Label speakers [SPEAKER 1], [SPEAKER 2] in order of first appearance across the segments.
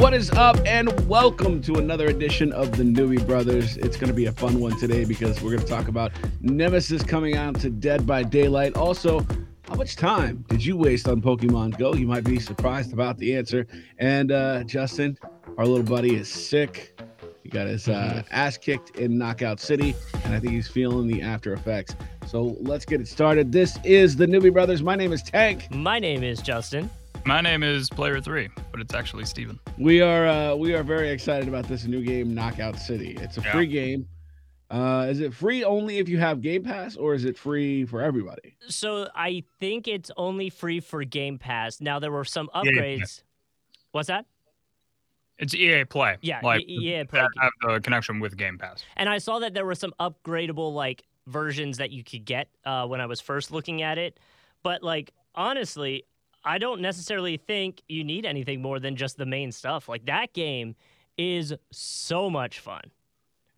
[SPEAKER 1] What is up, and welcome to another edition of the Newbie Brothers. It's going to be a fun one today because we're going to talk about Nemesis coming out to Dead by Daylight. Also, how much time did you waste on Pokemon Go? You might be surprised about the answer. And uh, Justin, our little buddy, is sick. He got his uh, ass kicked in Knockout City, and I think he's feeling the after effects. So let's get it started. This is the Newbie Brothers. My name is Tank.
[SPEAKER 2] My name is Justin.
[SPEAKER 3] My name is Player Three, but it's actually Steven.
[SPEAKER 1] We are uh, we are very excited about this new game, Knockout City. It's a
[SPEAKER 3] Yeah.
[SPEAKER 1] free game. Uh, is it free only if you have Game Pass, or is it free for everybody?
[SPEAKER 2] So I think it's only free for Game Pass. Now there were some
[SPEAKER 3] yeah, yeah.
[SPEAKER 2] upgrades. What's that?
[SPEAKER 3] It's EA Play.
[SPEAKER 2] Yeah,
[SPEAKER 3] like
[SPEAKER 2] e- EA Play.
[SPEAKER 3] that have the connection with Game Pass.
[SPEAKER 2] And I saw that there were some upgradable like versions that you could get uh, when I was first looking at it. But like honestly, I don't necessarily think you need anything more than just the main stuff. Like that game is so much fun.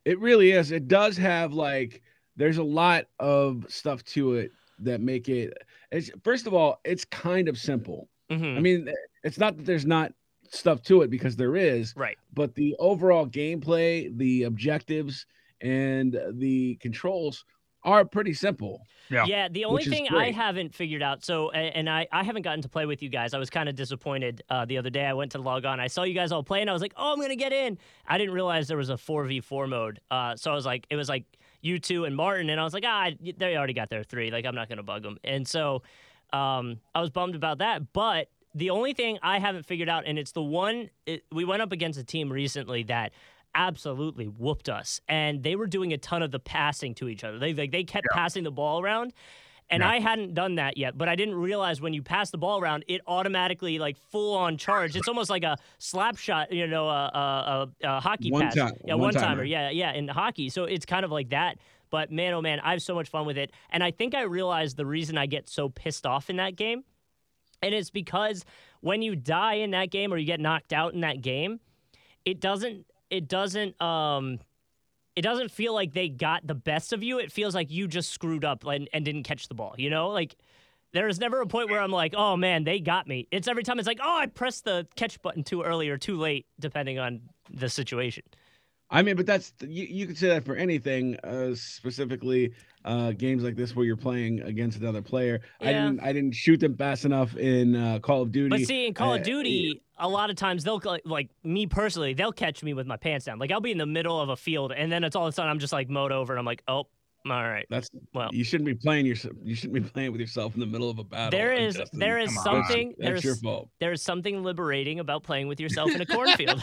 [SPEAKER 1] It really is. It does have like there's a lot of stuff to it that make it. It's first of all, it's kind of simple.
[SPEAKER 2] Mhm.
[SPEAKER 3] Mm-hmm.
[SPEAKER 1] I mean, it's not that there's not stuff to it because there is,
[SPEAKER 2] right.
[SPEAKER 1] but the overall gameplay, the objectives, and the controls are pretty simple.
[SPEAKER 3] Yeah.
[SPEAKER 2] Yeah, the only
[SPEAKER 1] Which is
[SPEAKER 2] thing I
[SPEAKER 1] great.
[SPEAKER 2] haven't figured out, so a- and I, I haven't gotten to play with you guys. I was kind of disappointed uh, the other day. I went to log on, I saw you guys all playing. I was like, oh, I'm gonna get in. I didn't realize there was a four v four mode. Uh, so I was like, it was like you two and Martin, and I was like, ah, y- they already got their three. Like I'm not gonna bug them. And so um, I was bummed about that. But the only thing I haven't figured out, and it's the one it, we went up against a team recently that absolutely whooped us, and they were doing a ton of the passing to each other. They like they kept passing the ball around. And
[SPEAKER 3] Yeah.
[SPEAKER 2] I hadn't done that yet, but I didn't realize when you pass the ball around, it automatically like full on charge. It's almost like a slap shot, you know, a, a, a, a hockey
[SPEAKER 1] One
[SPEAKER 2] pass.
[SPEAKER 1] time-
[SPEAKER 2] yeah,
[SPEAKER 1] one
[SPEAKER 2] one timer.
[SPEAKER 1] timer.
[SPEAKER 2] Yeah, yeah, in hockey. So it's kind of like that. But man, oh man, I have so much fun with it. And I think I realized the reason I get so pissed off in that game. And it's because when you die in that game or you get knocked out in that game, it doesn't it doesn't um it doesn't feel like they got the best of you. It feels like you just screwed up and, and didn't catch the ball, you know? Like there is never a point where I'm like, oh man, they got me. It's every time it's like, oh, I pressed the catch button too early or too late, depending on the situation.
[SPEAKER 1] I mean, but that's you, you could say that for anything, uh, specifically uh, games like this where you're playing against another player. I
[SPEAKER 2] Yeah.
[SPEAKER 1] didn't I didn't shoot them fast enough in uh, Call of Duty.
[SPEAKER 2] But see, in Call
[SPEAKER 1] uh,
[SPEAKER 2] of Duty, a lot of times they'll like- like me personally, they'll catch me with my pants down. Like I'll be in the middle of a field, and then it's all of a sudden I'm just like mowed over, and I'm like, oh, all right.
[SPEAKER 1] that's
[SPEAKER 2] Well.
[SPEAKER 1] you shouldn't be playing your you shouldn't be playing with yourself in the middle of a battle.
[SPEAKER 2] There is
[SPEAKER 1] Justin.
[SPEAKER 2] there is
[SPEAKER 3] come on.
[SPEAKER 2] something there
[SPEAKER 1] that's your
[SPEAKER 2] is
[SPEAKER 1] fault.
[SPEAKER 2] there is something liberating about playing with yourself in a cornfield.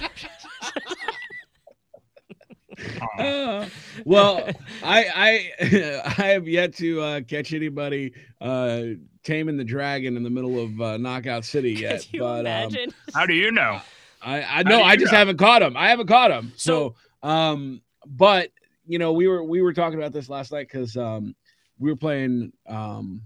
[SPEAKER 3] Uh,
[SPEAKER 1] Uh, well, I I I have yet to uh, catch anybody uh, taming the dragon in the middle of uh, Knockout City yet.
[SPEAKER 2] Could you
[SPEAKER 1] but, um,
[SPEAKER 2] imagine?
[SPEAKER 3] how do you know?
[SPEAKER 1] I I
[SPEAKER 3] do
[SPEAKER 1] know I
[SPEAKER 3] you
[SPEAKER 1] just
[SPEAKER 3] know?
[SPEAKER 1] haven't caught him. I haven't caught him. So, um but you know, we were we were talking about this last night cuz um we were playing um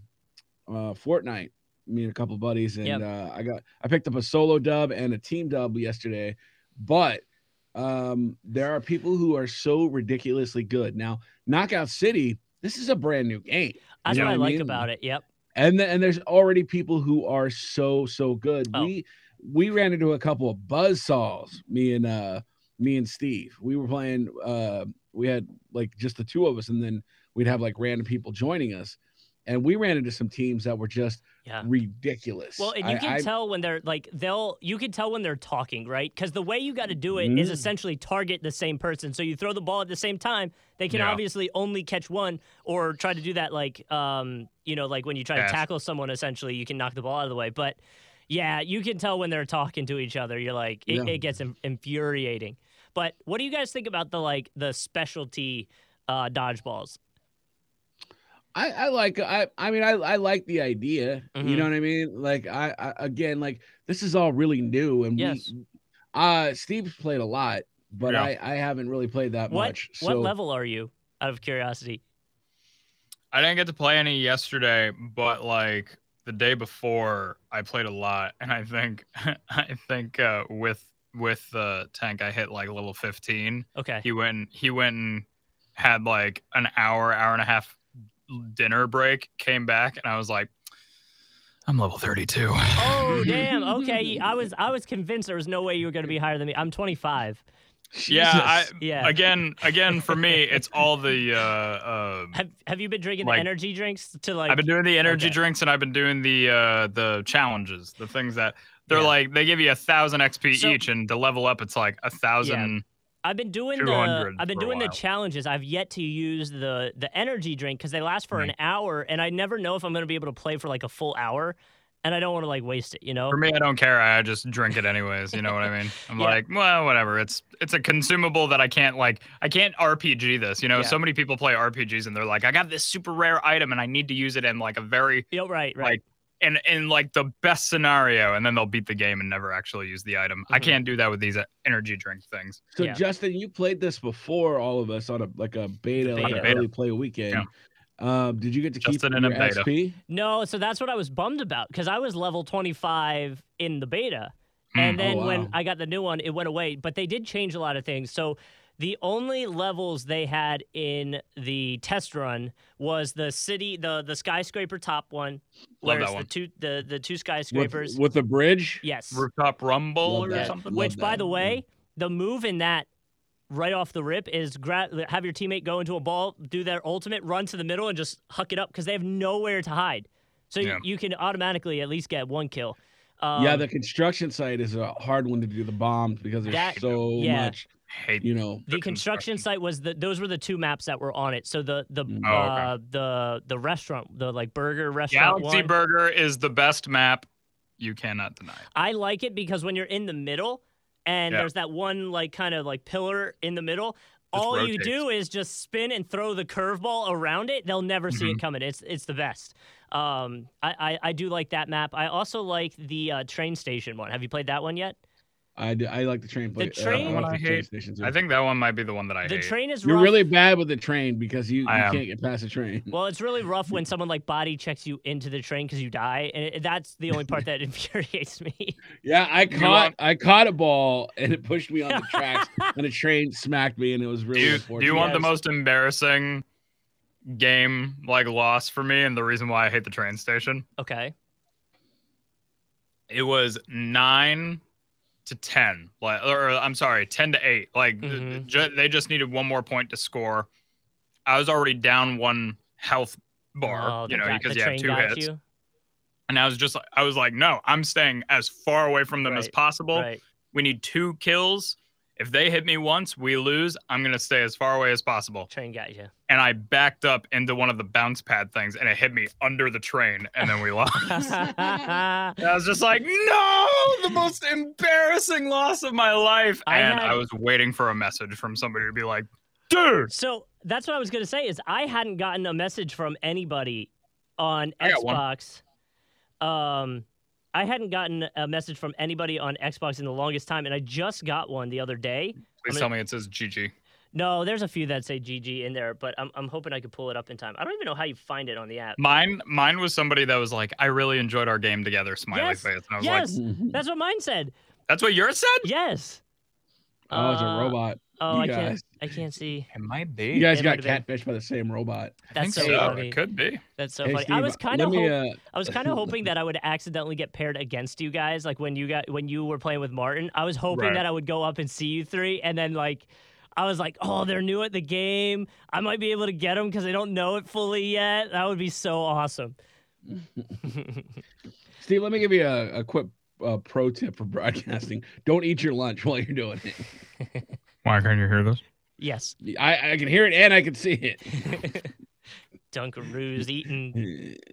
[SPEAKER 1] uh Fortnite me and a couple buddies and
[SPEAKER 2] Yep.
[SPEAKER 1] uh I got I picked up a solo dub and a team dub yesterday. But um there are people who are so ridiculously good. Now, Knockout City, this is a brand new game.
[SPEAKER 2] That's
[SPEAKER 1] You know
[SPEAKER 2] what I
[SPEAKER 1] what I
[SPEAKER 2] like
[SPEAKER 1] mean?
[SPEAKER 2] about it. Yep.
[SPEAKER 1] and th- and there's already people who are so so good.
[SPEAKER 2] Oh.
[SPEAKER 1] We we ran into a couple of buzzsaws. Me and uh me and Steve. We were playing. Uh, we had like just the two of us, and then we'd have like random people joining us, and we ran into some teams that were just
[SPEAKER 2] Yeah.
[SPEAKER 1] ridiculous.
[SPEAKER 2] Well, and you
[SPEAKER 1] I-
[SPEAKER 2] can
[SPEAKER 1] I-
[SPEAKER 2] tell when they're like they'll you can tell when they're talking, right? Because the way you got to do it is
[SPEAKER 1] Mm.
[SPEAKER 2] essentially target the same person. So you throw the ball at the same time. They can
[SPEAKER 3] Yeah.
[SPEAKER 2] obviously only catch one, or try to do that like um you know like when you try
[SPEAKER 3] Pass.
[SPEAKER 2] to tackle someone. Essentially, you can knock the ball out of the way. But yeah, you can tell when they're talking to each other. You're like it,
[SPEAKER 1] Yeah.
[SPEAKER 2] it gets in- infuriating. But what do you guys think about the like the specialty uh, dodgeballs?
[SPEAKER 1] I, I like I I mean I, I like the idea. You
[SPEAKER 2] Mhm.
[SPEAKER 1] know what I mean? Like I, I again like this is all really new and
[SPEAKER 2] Yes.
[SPEAKER 1] we uh Steve's played a lot, but
[SPEAKER 3] Yeah.
[SPEAKER 1] I, I haven't really played that
[SPEAKER 2] What
[SPEAKER 1] much.
[SPEAKER 2] what
[SPEAKER 1] so-
[SPEAKER 2] level are you? Out of curiosity.
[SPEAKER 3] I didn't get to play any yesterday, but like the day before, I played a lot, and I think I think uh, with with uh, tank, I hit like level fifteen.
[SPEAKER 2] Okay.
[SPEAKER 3] He went and- he went and had like an hour, hour and a half dinner break, came back, and I was like, I'm level 32.
[SPEAKER 2] Oh damn. Okay, I was I was convinced there was no way you were going to be higher than me. I'm 25.
[SPEAKER 3] yeah, I,
[SPEAKER 1] Jesus.
[SPEAKER 2] Yeah.
[SPEAKER 3] again, again for me, it's all the. Uh, uh,
[SPEAKER 2] Have Have you been drinking the
[SPEAKER 3] Like-
[SPEAKER 2] energy drinks to like?
[SPEAKER 3] I've been doing the energy
[SPEAKER 2] okay.
[SPEAKER 3] drinks and I've been doing the uh, the challenges, the things that they're
[SPEAKER 2] Yeah.
[SPEAKER 3] like they give you a thousand XP
[SPEAKER 2] So-
[SPEAKER 3] each, and to level up, it's like a thousand.
[SPEAKER 2] I've been doing the
[SPEAKER 3] 200
[SPEAKER 2] I've been
[SPEAKER 3] for a
[SPEAKER 2] doing the
[SPEAKER 3] while.
[SPEAKER 2] challenges. I've yet to use the the energy drink because they last for
[SPEAKER 3] Mm-hmm.
[SPEAKER 2] an hour, and I never know if I'm going to be able to play for like a full hour, and I don't want to like waste it. You know.
[SPEAKER 3] For me, I don't care. I just drink it anyways. You know what I mean? I'm
[SPEAKER 2] Yeah.
[SPEAKER 3] like, well, whatever. It's it's a consumable that I can't like. I can't RPG this. You know,
[SPEAKER 2] Yeah.
[SPEAKER 3] so many people play RPGs and they're like, I got this super rare item and I need to use it in like a very
[SPEAKER 2] Yeah, right, right.
[SPEAKER 3] like in in like the best scenario, and then they'll beat the game and never actually use the item. I
[SPEAKER 2] Mhm.
[SPEAKER 3] can't do that with these uh, energy drink things.
[SPEAKER 1] So
[SPEAKER 2] Yeah.
[SPEAKER 1] Justin, you played this before all of us on a like a beta, like
[SPEAKER 2] Beta.
[SPEAKER 1] an early play weekend.
[SPEAKER 3] Yeah.
[SPEAKER 1] Um, did you get to
[SPEAKER 3] Justin
[SPEAKER 1] keep
[SPEAKER 3] in a
[SPEAKER 1] your
[SPEAKER 3] beta.
[SPEAKER 1] XP?
[SPEAKER 2] no, so that's what I was bummed about because I was level 25 in the beta,
[SPEAKER 3] Hmm.
[SPEAKER 2] and then
[SPEAKER 1] Oh, wow.
[SPEAKER 2] when I got the new one, it went away. But they did change a lot of things. So the only levels they had in the test run was the city, the the skyscraper top one, where
[SPEAKER 3] that
[SPEAKER 2] it's
[SPEAKER 3] one.
[SPEAKER 2] the two the the two skyscrapers.
[SPEAKER 1] With, with the bridge?
[SPEAKER 2] Yes.
[SPEAKER 3] Rooftop Rumble
[SPEAKER 1] Love
[SPEAKER 3] or
[SPEAKER 1] that.
[SPEAKER 3] something.
[SPEAKER 1] Love
[SPEAKER 2] Which, by
[SPEAKER 1] that.
[SPEAKER 2] the
[SPEAKER 1] Yeah.
[SPEAKER 2] way, the move in that right off the rip is gra- have your teammate go into a ball, do their ultimate, run to the middle, and just huck it up because they have nowhere to hide. So y-
[SPEAKER 3] Yeah.
[SPEAKER 2] you can automatically at least get one kill. Um,
[SPEAKER 1] yeah, the construction site is a hard one to do the bombs because there's
[SPEAKER 2] That-
[SPEAKER 1] so
[SPEAKER 2] yeah.
[SPEAKER 1] much,
[SPEAKER 3] Hate
[SPEAKER 1] you know.
[SPEAKER 2] the construction site was the those were the two maps that were on it. So the the
[SPEAKER 1] Mm.
[SPEAKER 3] Oh, okay.
[SPEAKER 2] uh, the the restaurant, the like burger restaurant
[SPEAKER 3] Galaxy
[SPEAKER 2] one.
[SPEAKER 3] Burger is the best map. You cannot deny. it.
[SPEAKER 2] I like it because when you're in the middle and
[SPEAKER 3] Yeah.
[SPEAKER 2] there's that one like kind of like pillar in the middle,
[SPEAKER 3] Just
[SPEAKER 2] all
[SPEAKER 3] rotates.
[SPEAKER 2] you do is just spin and throw the curveball around it. They'll never see
[SPEAKER 3] Mm-hmm.
[SPEAKER 2] it coming. It's it's the best. Um, I, I I do like that map. I also like the uh, train station one. Have you played that one yet?
[SPEAKER 1] I, do, I like the train. play- uh,
[SPEAKER 2] train-
[SPEAKER 1] I like
[SPEAKER 3] I
[SPEAKER 1] the train
[SPEAKER 3] hate-
[SPEAKER 1] stations.
[SPEAKER 3] I think that one might be the one that I
[SPEAKER 2] the
[SPEAKER 3] hate.
[SPEAKER 2] train is
[SPEAKER 1] You're
[SPEAKER 2] rough.
[SPEAKER 1] really bad with the train because you, you
[SPEAKER 3] I am.
[SPEAKER 1] can't get past the train.
[SPEAKER 2] well, it's really rough when someone like body checks you into the train because you die, and it, that's the only part that infuriates me.
[SPEAKER 1] Yeah, I
[SPEAKER 3] You
[SPEAKER 1] caught
[SPEAKER 3] want-
[SPEAKER 1] I caught a ball and it pushed me on the tracks and a train smacked me and it was
[SPEAKER 3] do
[SPEAKER 1] really
[SPEAKER 3] you,
[SPEAKER 1] unfortunate.
[SPEAKER 3] do you want the
[SPEAKER 2] Yes.
[SPEAKER 3] most embarrassing game like loss for me and the reason why I hate the train station?
[SPEAKER 2] Okay.
[SPEAKER 3] It was nine to ten, like or I'm sorry, ten to eight. Like th-
[SPEAKER 2] Mhm.
[SPEAKER 3] ju- they just needed one more point to score. I was already down one health bar,
[SPEAKER 2] Oh,
[SPEAKER 3] you
[SPEAKER 2] the
[SPEAKER 3] know,
[SPEAKER 2] guy-
[SPEAKER 3] because
[SPEAKER 2] the
[SPEAKER 3] you have
[SPEAKER 2] train
[SPEAKER 3] two
[SPEAKER 2] got
[SPEAKER 3] hits.
[SPEAKER 2] you?
[SPEAKER 3] And I was just like, I was like, no, I'm staying as far away from them as
[SPEAKER 2] Right,
[SPEAKER 3] possible.
[SPEAKER 2] Right.
[SPEAKER 3] We need two kills. If they hit me once, we lose. I'm gonna stay as far away as possible.
[SPEAKER 2] Train got you.
[SPEAKER 3] And I backed up into one of the bounce pad things, and it hit me under the train, and then we lost. I
[SPEAKER 2] I
[SPEAKER 3] was just like, no, the most embarrassing loss of my life.
[SPEAKER 2] I
[SPEAKER 3] and
[SPEAKER 2] had-
[SPEAKER 3] I was waiting for a message from somebody to be like, dude,
[SPEAKER 2] So that's what I was gonna say is I hadn't gotten a message from anybody on
[SPEAKER 3] I got one.
[SPEAKER 2] Xbox. Um, I hadn't gotten a message from anybody on Xbox in the longest time, and I just got one the other day.
[SPEAKER 3] please
[SPEAKER 2] gonna-
[SPEAKER 3] tell me it says GG.
[SPEAKER 2] No, there's a few that say GG in there, but I'm I'm hoping I could pull it up in time. I don't even know how you find it on the app.
[SPEAKER 3] Mine, mine was somebody that was like, I really enjoyed our game together, smiley
[SPEAKER 2] Yes,
[SPEAKER 3] face. And I was like,
[SPEAKER 2] Yes,
[SPEAKER 1] Mm-hmm.
[SPEAKER 2] that's what mine said.
[SPEAKER 3] that's what yours said?
[SPEAKER 2] Yes.
[SPEAKER 1] oh, it's a
[SPEAKER 2] Uh,
[SPEAKER 1] robot.
[SPEAKER 2] Oh,
[SPEAKER 1] you
[SPEAKER 2] I
[SPEAKER 1] guys,
[SPEAKER 2] can't. I can't see.
[SPEAKER 3] It might be.
[SPEAKER 1] you guys
[SPEAKER 2] It
[SPEAKER 1] got
[SPEAKER 2] might've been-
[SPEAKER 1] catfished by the same robot.
[SPEAKER 3] I think
[SPEAKER 2] That's so
[SPEAKER 3] so.
[SPEAKER 2] funny.
[SPEAKER 3] It could be.
[SPEAKER 2] That's so
[SPEAKER 1] Hey,
[SPEAKER 2] funny. I
[SPEAKER 1] Steve,
[SPEAKER 2] was kind
[SPEAKER 1] let
[SPEAKER 2] of
[SPEAKER 1] me, uh,
[SPEAKER 2] I was kind of hoping that I would accidentally get paired against you guys, like when you got when you were playing with Martin. I was hoping
[SPEAKER 3] Right.
[SPEAKER 2] that I would go up and see you three, and then like, I was like, oh, they're new at the game. I might be able to get them because they don't know it fully yet. That would be so awesome.
[SPEAKER 1] Steve, let me give you a, a quick uh, pro tip for broadcasting. Don't eat your lunch while you're doing it.
[SPEAKER 3] Why can't you hear this?
[SPEAKER 2] yes,
[SPEAKER 1] I, I can hear it and I can see it.
[SPEAKER 2] Dunkaroos eating.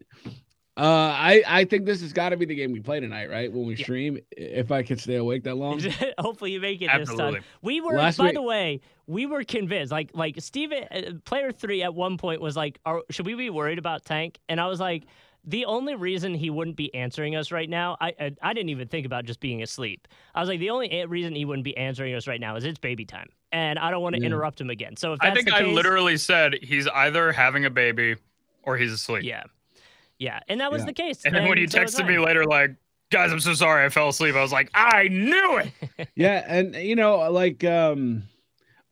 [SPEAKER 1] Uh, I I think this has got to be the game we play tonight, right? When we
[SPEAKER 2] Yeah.
[SPEAKER 1] stream, if I can stay awake that long.
[SPEAKER 2] Hopefully you make it this
[SPEAKER 3] Absolutely.
[SPEAKER 2] time. We were,
[SPEAKER 1] Last
[SPEAKER 2] by
[SPEAKER 1] week-
[SPEAKER 2] the way, we were convinced. Like, like Steve, uh, player three at one point was like, Are, "Should we be worried about Tank?" And I was like, "The only reason he wouldn't be answering us right now, I, I, I didn't even think about just being asleep. I was like, the only a- reason he wouldn't be answering us right now is it's baby time, and I don't want to
[SPEAKER 1] Yeah.
[SPEAKER 2] interrupt him again. So if that's
[SPEAKER 3] I think
[SPEAKER 2] the
[SPEAKER 3] I
[SPEAKER 2] case-
[SPEAKER 3] literally said he's either having a baby or he's asleep.
[SPEAKER 2] yeah, yeah, and that was
[SPEAKER 1] Yeah.
[SPEAKER 2] the case.
[SPEAKER 3] And then when you
[SPEAKER 2] so was
[SPEAKER 3] texted
[SPEAKER 2] mine.
[SPEAKER 3] me later, like, guys, I'm so sorry, I fell asleep. I was like, I knew it.
[SPEAKER 1] yeah, and you know, like um,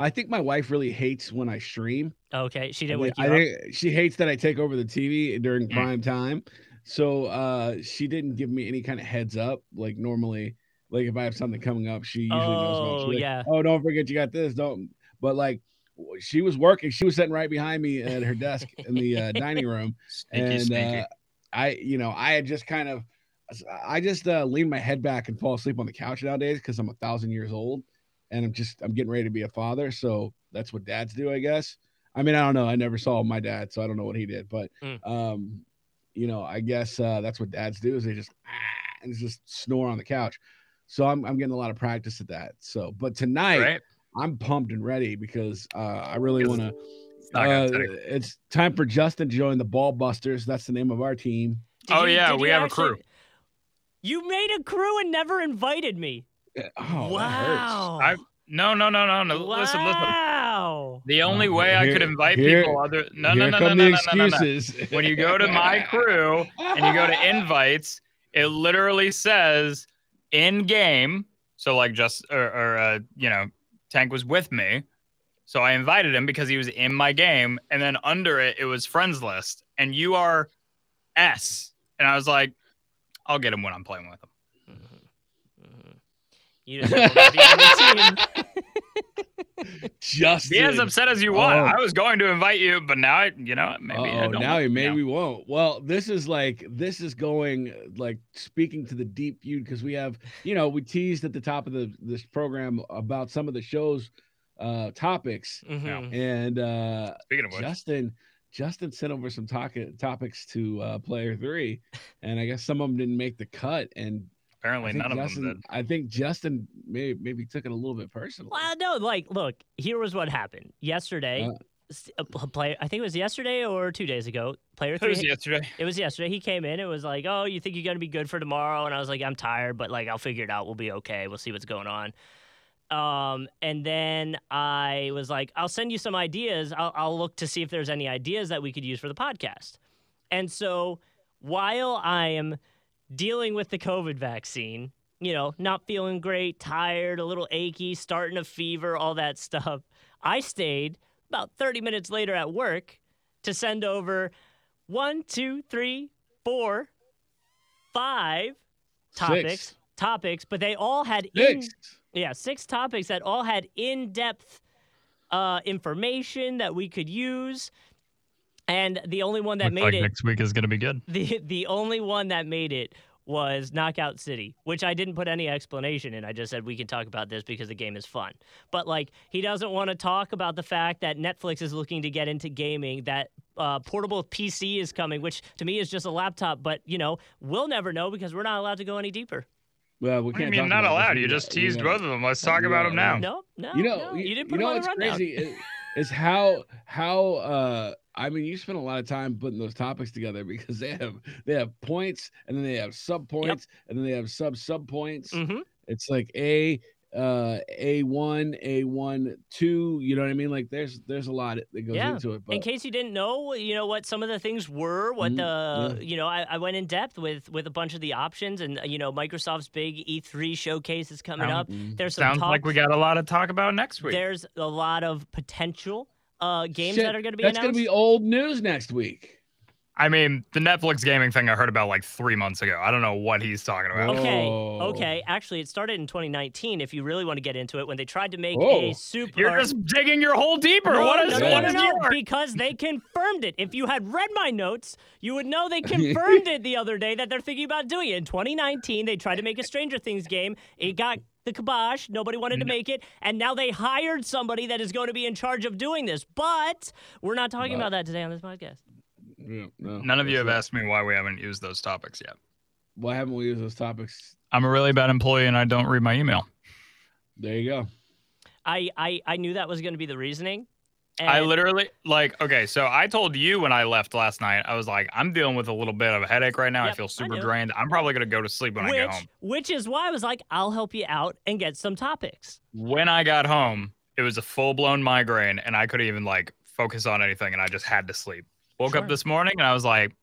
[SPEAKER 1] I think my wife really hates when I stream.
[SPEAKER 2] okay,
[SPEAKER 1] I
[SPEAKER 2] she didn't
[SPEAKER 1] mean,
[SPEAKER 2] wake you
[SPEAKER 1] I
[SPEAKER 2] up.
[SPEAKER 1] think she hates that I take over the TV during
[SPEAKER 3] Mm.
[SPEAKER 1] prime time. So uh, she didn't give me any kind of heads up. Like normally, like if I have something coming up, she usually knows. about it.
[SPEAKER 2] Oh,
[SPEAKER 1] She's like,
[SPEAKER 2] yeah.
[SPEAKER 1] Oh, don't forget you got this. Don't. But like, w- she was working. She was sitting right behind me at her desk in the uh, dining room,
[SPEAKER 3] Sneaky,
[SPEAKER 1] and
[SPEAKER 3] sneaky.
[SPEAKER 1] uh, I, you know, I had just kind of, I just uh, lean my head back and fall asleep on the couch nowadays because I'm a thousand years old, and I'm just I'm getting ready to be a father. So that's what dads do, I guess. I mean, I don't know. I never saw my dad, so I don't know what he did, but
[SPEAKER 2] Mm.
[SPEAKER 1] um, you know, I guess uh, that's what dads do is they just ah, and just snore on the couch. So I'm I'm getting a lot of practice at that. So, but tonight
[SPEAKER 3] right?
[SPEAKER 1] I'm pumped and ready because uh, I really
[SPEAKER 3] Because
[SPEAKER 1] want to.
[SPEAKER 3] It's not
[SPEAKER 1] Uh,
[SPEAKER 3] gonna take-
[SPEAKER 1] it's time for Justin to join the Ball Busters. That's the name of our team.
[SPEAKER 2] Did
[SPEAKER 3] Oh,
[SPEAKER 2] you-
[SPEAKER 3] yeah,
[SPEAKER 2] did
[SPEAKER 3] we
[SPEAKER 2] you
[SPEAKER 3] have a
[SPEAKER 2] actually-
[SPEAKER 3] crew.
[SPEAKER 2] You made a crew and never invited me.
[SPEAKER 1] Oh, that hurts.
[SPEAKER 2] wow.
[SPEAKER 3] I- no, no, no, no, no.
[SPEAKER 2] wow.
[SPEAKER 3] Listen, listen. The only
[SPEAKER 1] Oh,
[SPEAKER 3] way I could
[SPEAKER 1] here-
[SPEAKER 3] invite
[SPEAKER 1] here-
[SPEAKER 3] people other no
[SPEAKER 1] Here
[SPEAKER 3] no no no,
[SPEAKER 1] come
[SPEAKER 3] no
[SPEAKER 1] the
[SPEAKER 3] no no no
[SPEAKER 1] excuses.
[SPEAKER 3] when you go to my crew and you go to invites, it literally says in game. So like just or, or uh, you know, Tank was with me, so I invited him because he was in my game, and then under it it was friends list, and you are S, and I was like, I'll get him when I'm playing with him.
[SPEAKER 2] Mm-hmm. You just don't wanna be on the team.
[SPEAKER 1] Justin.
[SPEAKER 3] Be as upset as you want.
[SPEAKER 1] Oh.
[SPEAKER 3] I was going to invite you, but now I, you know, maybe I
[SPEAKER 1] Oh,
[SPEAKER 3] don't
[SPEAKER 1] now
[SPEAKER 3] want-
[SPEAKER 1] he maybe
[SPEAKER 3] no.
[SPEAKER 1] we won't. Well, this is like this is going like speaking to the deep feud because we have you know we teased at the top of the this program about some of the show's uh topics
[SPEAKER 3] Mm-hmm.
[SPEAKER 2] Mhm.
[SPEAKER 1] and uh
[SPEAKER 3] Speaking of which,
[SPEAKER 1] Justin Justin sent over some talk- topics to uh, player three, and I guess some of them didn't make the cut. And I
[SPEAKER 3] apparently
[SPEAKER 1] think,
[SPEAKER 3] none of
[SPEAKER 1] Justin,
[SPEAKER 3] them did.
[SPEAKER 1] I think Justin may, maybe took it a little bit personally.
[SPEAKER 2] Well, no, like, look, here was what happened yesterday.
[SPEAKER 1] Uh.
[SPEAKER 2] s- a pl- player, I think it was yesterday or two days ago. Player three,
[SPEAKER 3] Who's yesterday?
[SPEAKER 2] it was yesterday. He came in. It was like, oh, you think you're gonna be good for tomorrow? And I was like, I'm tired, but like, I'll figure it out. We'll be okay. We'll see what's going on. Um, and then I was like, I'll send you some ideas. I'll, I'll look to see if there's any ideas that we could use for the podcast. And so while I am dealing with the COVID vaccine, you know, not feeling great, tired, a little achy, starting a fever, all that stuff, I stayed about 30 minutes later at work to send over one, two, three, four, five topics.
[SPEAKER 1] Six.
[SPEAKER 2] Topics, but they all had in
[SPEAKER 1] Six.
[SPEAKER 2] yeah, six topics that all had in depth uh, information that we could use. And the only one that
[SPEAKER 3] Looks
[SPEAKER 2] made
[SPEAKER 3] like
[SPEAKER 2] it,
[SPEAKER 3] next week is going to be good.
[SPEAKER 2] the, the only one that made it was Knockout City, which I didn't put any explanation in. I just said we can talk about this because the game is fun. But like, he doesn't want to talk about the fact that Netflix is looking to get into gaming, that uh, portable PC is coming, which to me is just a laptop. But you know, we'll never know because we're not allowed to go any deeper.
[SPEAKER 1] Well, we
[SPEAKER 3] What do
[SPEAKER 1] can't.
[SPEAKER 3] you
[SPEAKER 1] talk
[SPEAKER 3] mean not
[SPEAKER 1] about this.
[SPEAKER 3] allowed?
[SPEAKER 1] We
[SPEAKER 3] You
[SPEAKER 1] got-
[SPEAKER 3] just
[SPEAKER 1] we
[SPEAKER 3] teased
[SPEAKER 1] got-
[SPEAKER 3] both of them. Let's talk
[SPEAKER 1] Yeah,
[SPEAKER 3] about them now.
[SPEAKER 2] No, no,
[SPEAKER 1] You know,
[SPEAKER 2] no,
[SPEAKER 1] you,
[SPEAKER 2] you didn't
[SPEAKER 1] you
[SPEAKER 2] put
[SPEAKER 1] know
[SPEAKER 2] them on
[SPEAKER 1] what's
[SPEAKER 2] the rundown.
[SPEAKER 1] crazy is, is how how uh I mean you spend a lot of time putting those topics together because they have they have points and then they have sub points and then they have sub sub points.
[SPEAKER 2] hmm
[SPEAKER 1] It's like a uh a one a one two. You know what I mean? Like there's there's a lot that goes
[SPEAKER 2] Yeah.
[SPEAKER 1] into it. But
[SPEAKER 2] in case you didn't know, you know what some of the things were. What
[SPEAKER 1] Mhm,
[SPEAKER 3] Mm-hmm.
[SPEAKER 2] the you know, I, I went in depth with with a bunch of the options, and uh, you know, Microsoft's big E3 showcase is coming
[SPEAKER 3] Sounds-
[SPEAKER 2] up.
[SPEAKER 1] Mm.
[SPEAKER 2] There's some
[SPEAKER 3] Sounds
[SPEAKER 2] talk.
[SPEAKER 3] like we got a lot to talk about next week.
[SPEAKER 2] There's a lot of potential uh, games
[SPEAKER 1] Shit,
[SPEAKER 2] that are going to be
[SPEAKER 1] that's
[SPEAKER 2] announced.
[SPEAKER 1] gonna be old news next week.
[SPEAKER 3] I mean, the Netflix gaming thing I heard about like three months ago. I don't know what he's talking about.
[SPEAKER 2] Okay.
[SPEAKER 1] Oh.
[SPEAKER 2] Okay. Actually, it started in 2019. If you really want to get into it, when they tried to make
[SPEAKER 1] Oh.
[SPEAKER 2] a super.
[SPEAKER 3] You're just digging your hole deeper.
[SPEAKER 2] uh, No,
[SPEAKER 3] what is
[SPEAKER 2] no, no,
[SPEAKER 3] what
[SPEAKER 2] no,
[SPEAKER 3] is
[SPEAKER 2] no,
[SPEAKER 3] your-
[SPEAKER 2] because they confirmed it. If you had read my notes, you would know they confirmed it the other day that they're thinking about doing it. In 2019, they tried to make a Stranger Things game. It got the kibosh. Nobody wanted to
[SPEAKER 3] No.
[SPEAKER 2] make it, and now they hired somebody that is going to be in charge of doing this. But we're not talking
[SPEAKER 1] But-
[SPEAKER 2] about that today on this podcast.
[SPEAKER 1] Yeah, no,
[SPEAKER 3] None of
[SPEAKER 1] that's
[SPEAKER 3] you have
[SPEAKER 1] it.
[SPEAKER 3] asked me why we haven't used those topics yet.
[SPEAKER 1] Why haven't we used those topics?
[SPEAKER 3] I'm a really bad employee and I don't read my email.
[SPEAKER 1] There you go.
[SPEAKER 2] I I, I knew that was going to be the reasoning. And
[SPEAKER 3] I literally like okay, so I told you when I left last night, I was like, I'm dealing with a little bit of a headache right now. I
[SPEAKER 2] Yep,
[SPEAKER 3] feel
[SPEAKER 2] I
[SPEAKER 3] super
[SPEAKER 2] knew.
[SPEAKER 3] drained. I'm probably gonna go to sleep when
[SPEAKER 2] which
[SPEAKER 3] I get home.
[SPEAKER 2] which is why I was like, I'll help you out and get some topics.
[SPEAKER 3] when I got home, it was a full blown migraine and I couldn't even like focus on anything and I just had to sleep. Woke
[SPEAKER 2] Sure.
[SPEAKER 3] up this morning and I was like,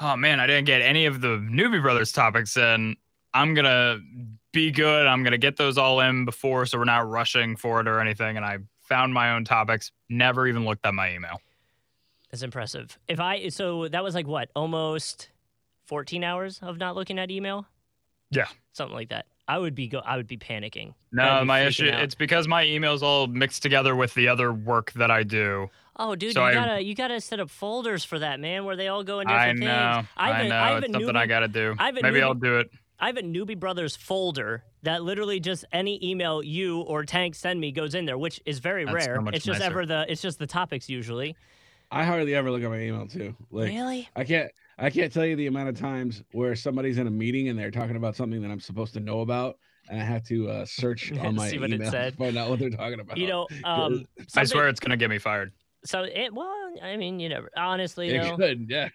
[SPEAKER 3] oh man, I didn't get any of the newbie brothers topics and I'm gonna be good. I'm gonna get those all in before so we're not rushing for it or anything. And I found my own topics, never even looked at my email.
[SPEAKER 2] That's impressive. If I so that was like what almost 14 hours of not looking at email.
[SPEAKER 3] Yeah.
[SPEAKER 2] Something like that. I would be go. I would be panicking. I'd
[SPEAKER 3] No,
[SPEAKER 2] be
[SPEAKER 3] my
[SPEAKER 2] freaking
[SPEAKER 3] issue
[SPEAKER 2] out.
[SPEAKER 3] it's because my email's all mixed together with the other work that I do.
[SPEAKER 2] Oh, dude,
[SPEAKER 3] So
[SPEAKER 2] you
[SPEAKER 3] I-
[SPEAKER 2] gotta you gotta set up folders for that, man, where they all go in different
[SPEAKER 3] I
[SPEAKER 2] things.
[SPEAKER 3] know.
[SPEAKER 2] I
[SPEAKER 3] I
[SPEAKER 2] have a-
[SPEAKER 3] know.
[SPEAKER 2] I have
[SPEAKER 3] it's
[SPEAKER 2] a
[SPEAKER 3] something
[SPEAKER 2] newbie-
[SPEAKER 3] I got to do.
[SPEAKER 2] I have a
[SPEAKER 3] Maybe
[SPEAKER 2] newbie-
[SPEAKER 3] I'll do it.
[SPEAKER 2] I have a newbie brothers folder that literally just any email you or Tank send me goes in there, which is very
[SPEAKER 3] That's so
[SPEAKER 2] rare.
[SPEAKER 3] much
[SPEAKER 2] it's just
[SPEAKER 3] nicer.
[SPEAKER 2] ever the it's just the topics usually.
[SPEAKER 1] I hardly ever look at my email too. Like
[SPEAKER 2] really?
[SPEAKER 1] I can't I can't tell you the amount of times where somebody's in a meeting and they're talking about something that I'm supposed to know about and I have to uh, search on my
[SPEAKER 2] See what it
[SPEAKER 1] email to
[SPEAKER 2] said.
[SPEAKER 1] find out what they're talking about.
[SPEAKER 2] You know, um,
[SPEAKER 3] I
[SPEAKER 2] something-
[SPEAKER 3] swear it's going to get me fired.
[SPEAKER 2] So it well, I mean, you never honestly
[SPEAKER 1] it
[SPEAKER 2] though.
[SPEAKER 1] could, yeah.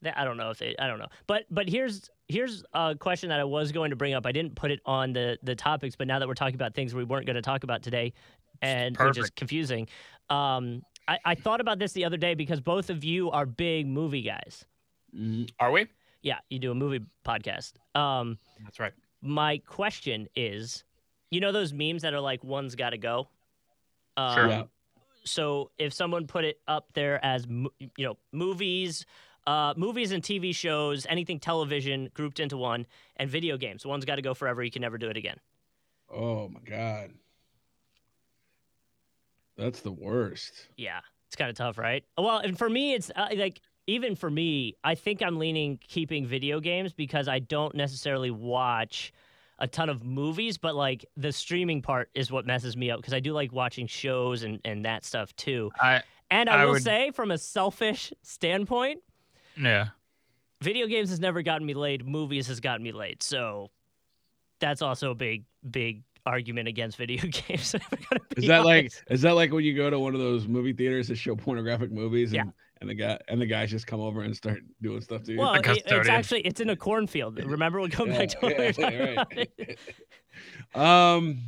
[SPEAKER 2] that- I don't know if they, I don't know. But but here's here's a question that I was going to bring up. I didn't put it on the the topics, but now that we're talking about things we weren't going to talk about today, and which is
[SPEAKER 3] Perfect.
[SPEAKER 2] confusing. Um, I, I thought about this the other day because both of you are big movie guys.
[SPEAKER 1] Mm,
[SPEAKER 3] Are we?
[SPEAKER 2] Yeah, you do a movie podcast. Um,
[SPEAKER 3] That's right.
[SPEAKER 2] my question is, you know those memes that are like one's got to go. Um,
[SPEAKER 3] Sure.
[SPEAKER 1] Yeah.
[SPEAKER 2] so if someone put it up there as mo- you know movies uh, movies and tv shows anything television grouped into one and video games one's got to go forever you can never do it again
[SPEAKER 1] Oh my god. That's the worst.
[SPEAKER 2] yeah it's kind of tough right well and for me it's uh, like even for me i think i'm leaning keeping video games because i don't necessarily watch a ton of movies but like the streaming part is what messes me up because i do like watching shows and, and that stuff too
[SPEAKER 3] I
[SPEAKER 2] and i,
[SPEAKER 3] I
[SPEAKER 2] will
[SPEAKER 3] would-
[SPEAKER 2] say from a selfish standpoint
[SPEAKER 3] yeah.
[SPEAKER 2] video games has never gotten me laid movies has gotten me laid so that's also a big big argument against video games if I'm gonna
[SPEAKER 1] Is
[SPEAKER 2] be
[SPEAKER 1] that like
[SPEAKER 2] honest.
[SPEAKER 1] is that like when you go to one of those movie theaters that show pornographic movies and, and the guy and the guys just come over and start doing stuff to you?
[SPEAKER 2] well
[SPEAKER 3] A
[SPEAKER 2] it- it's
[SPEAKER 3] custodian.
[SPEAKER 2] actually it's in a cornfield remember we'll go back to what we were talking
[SPEAKER 1] yeah,
[SPEAKER 2] about.
[SPEAKER 1] right. um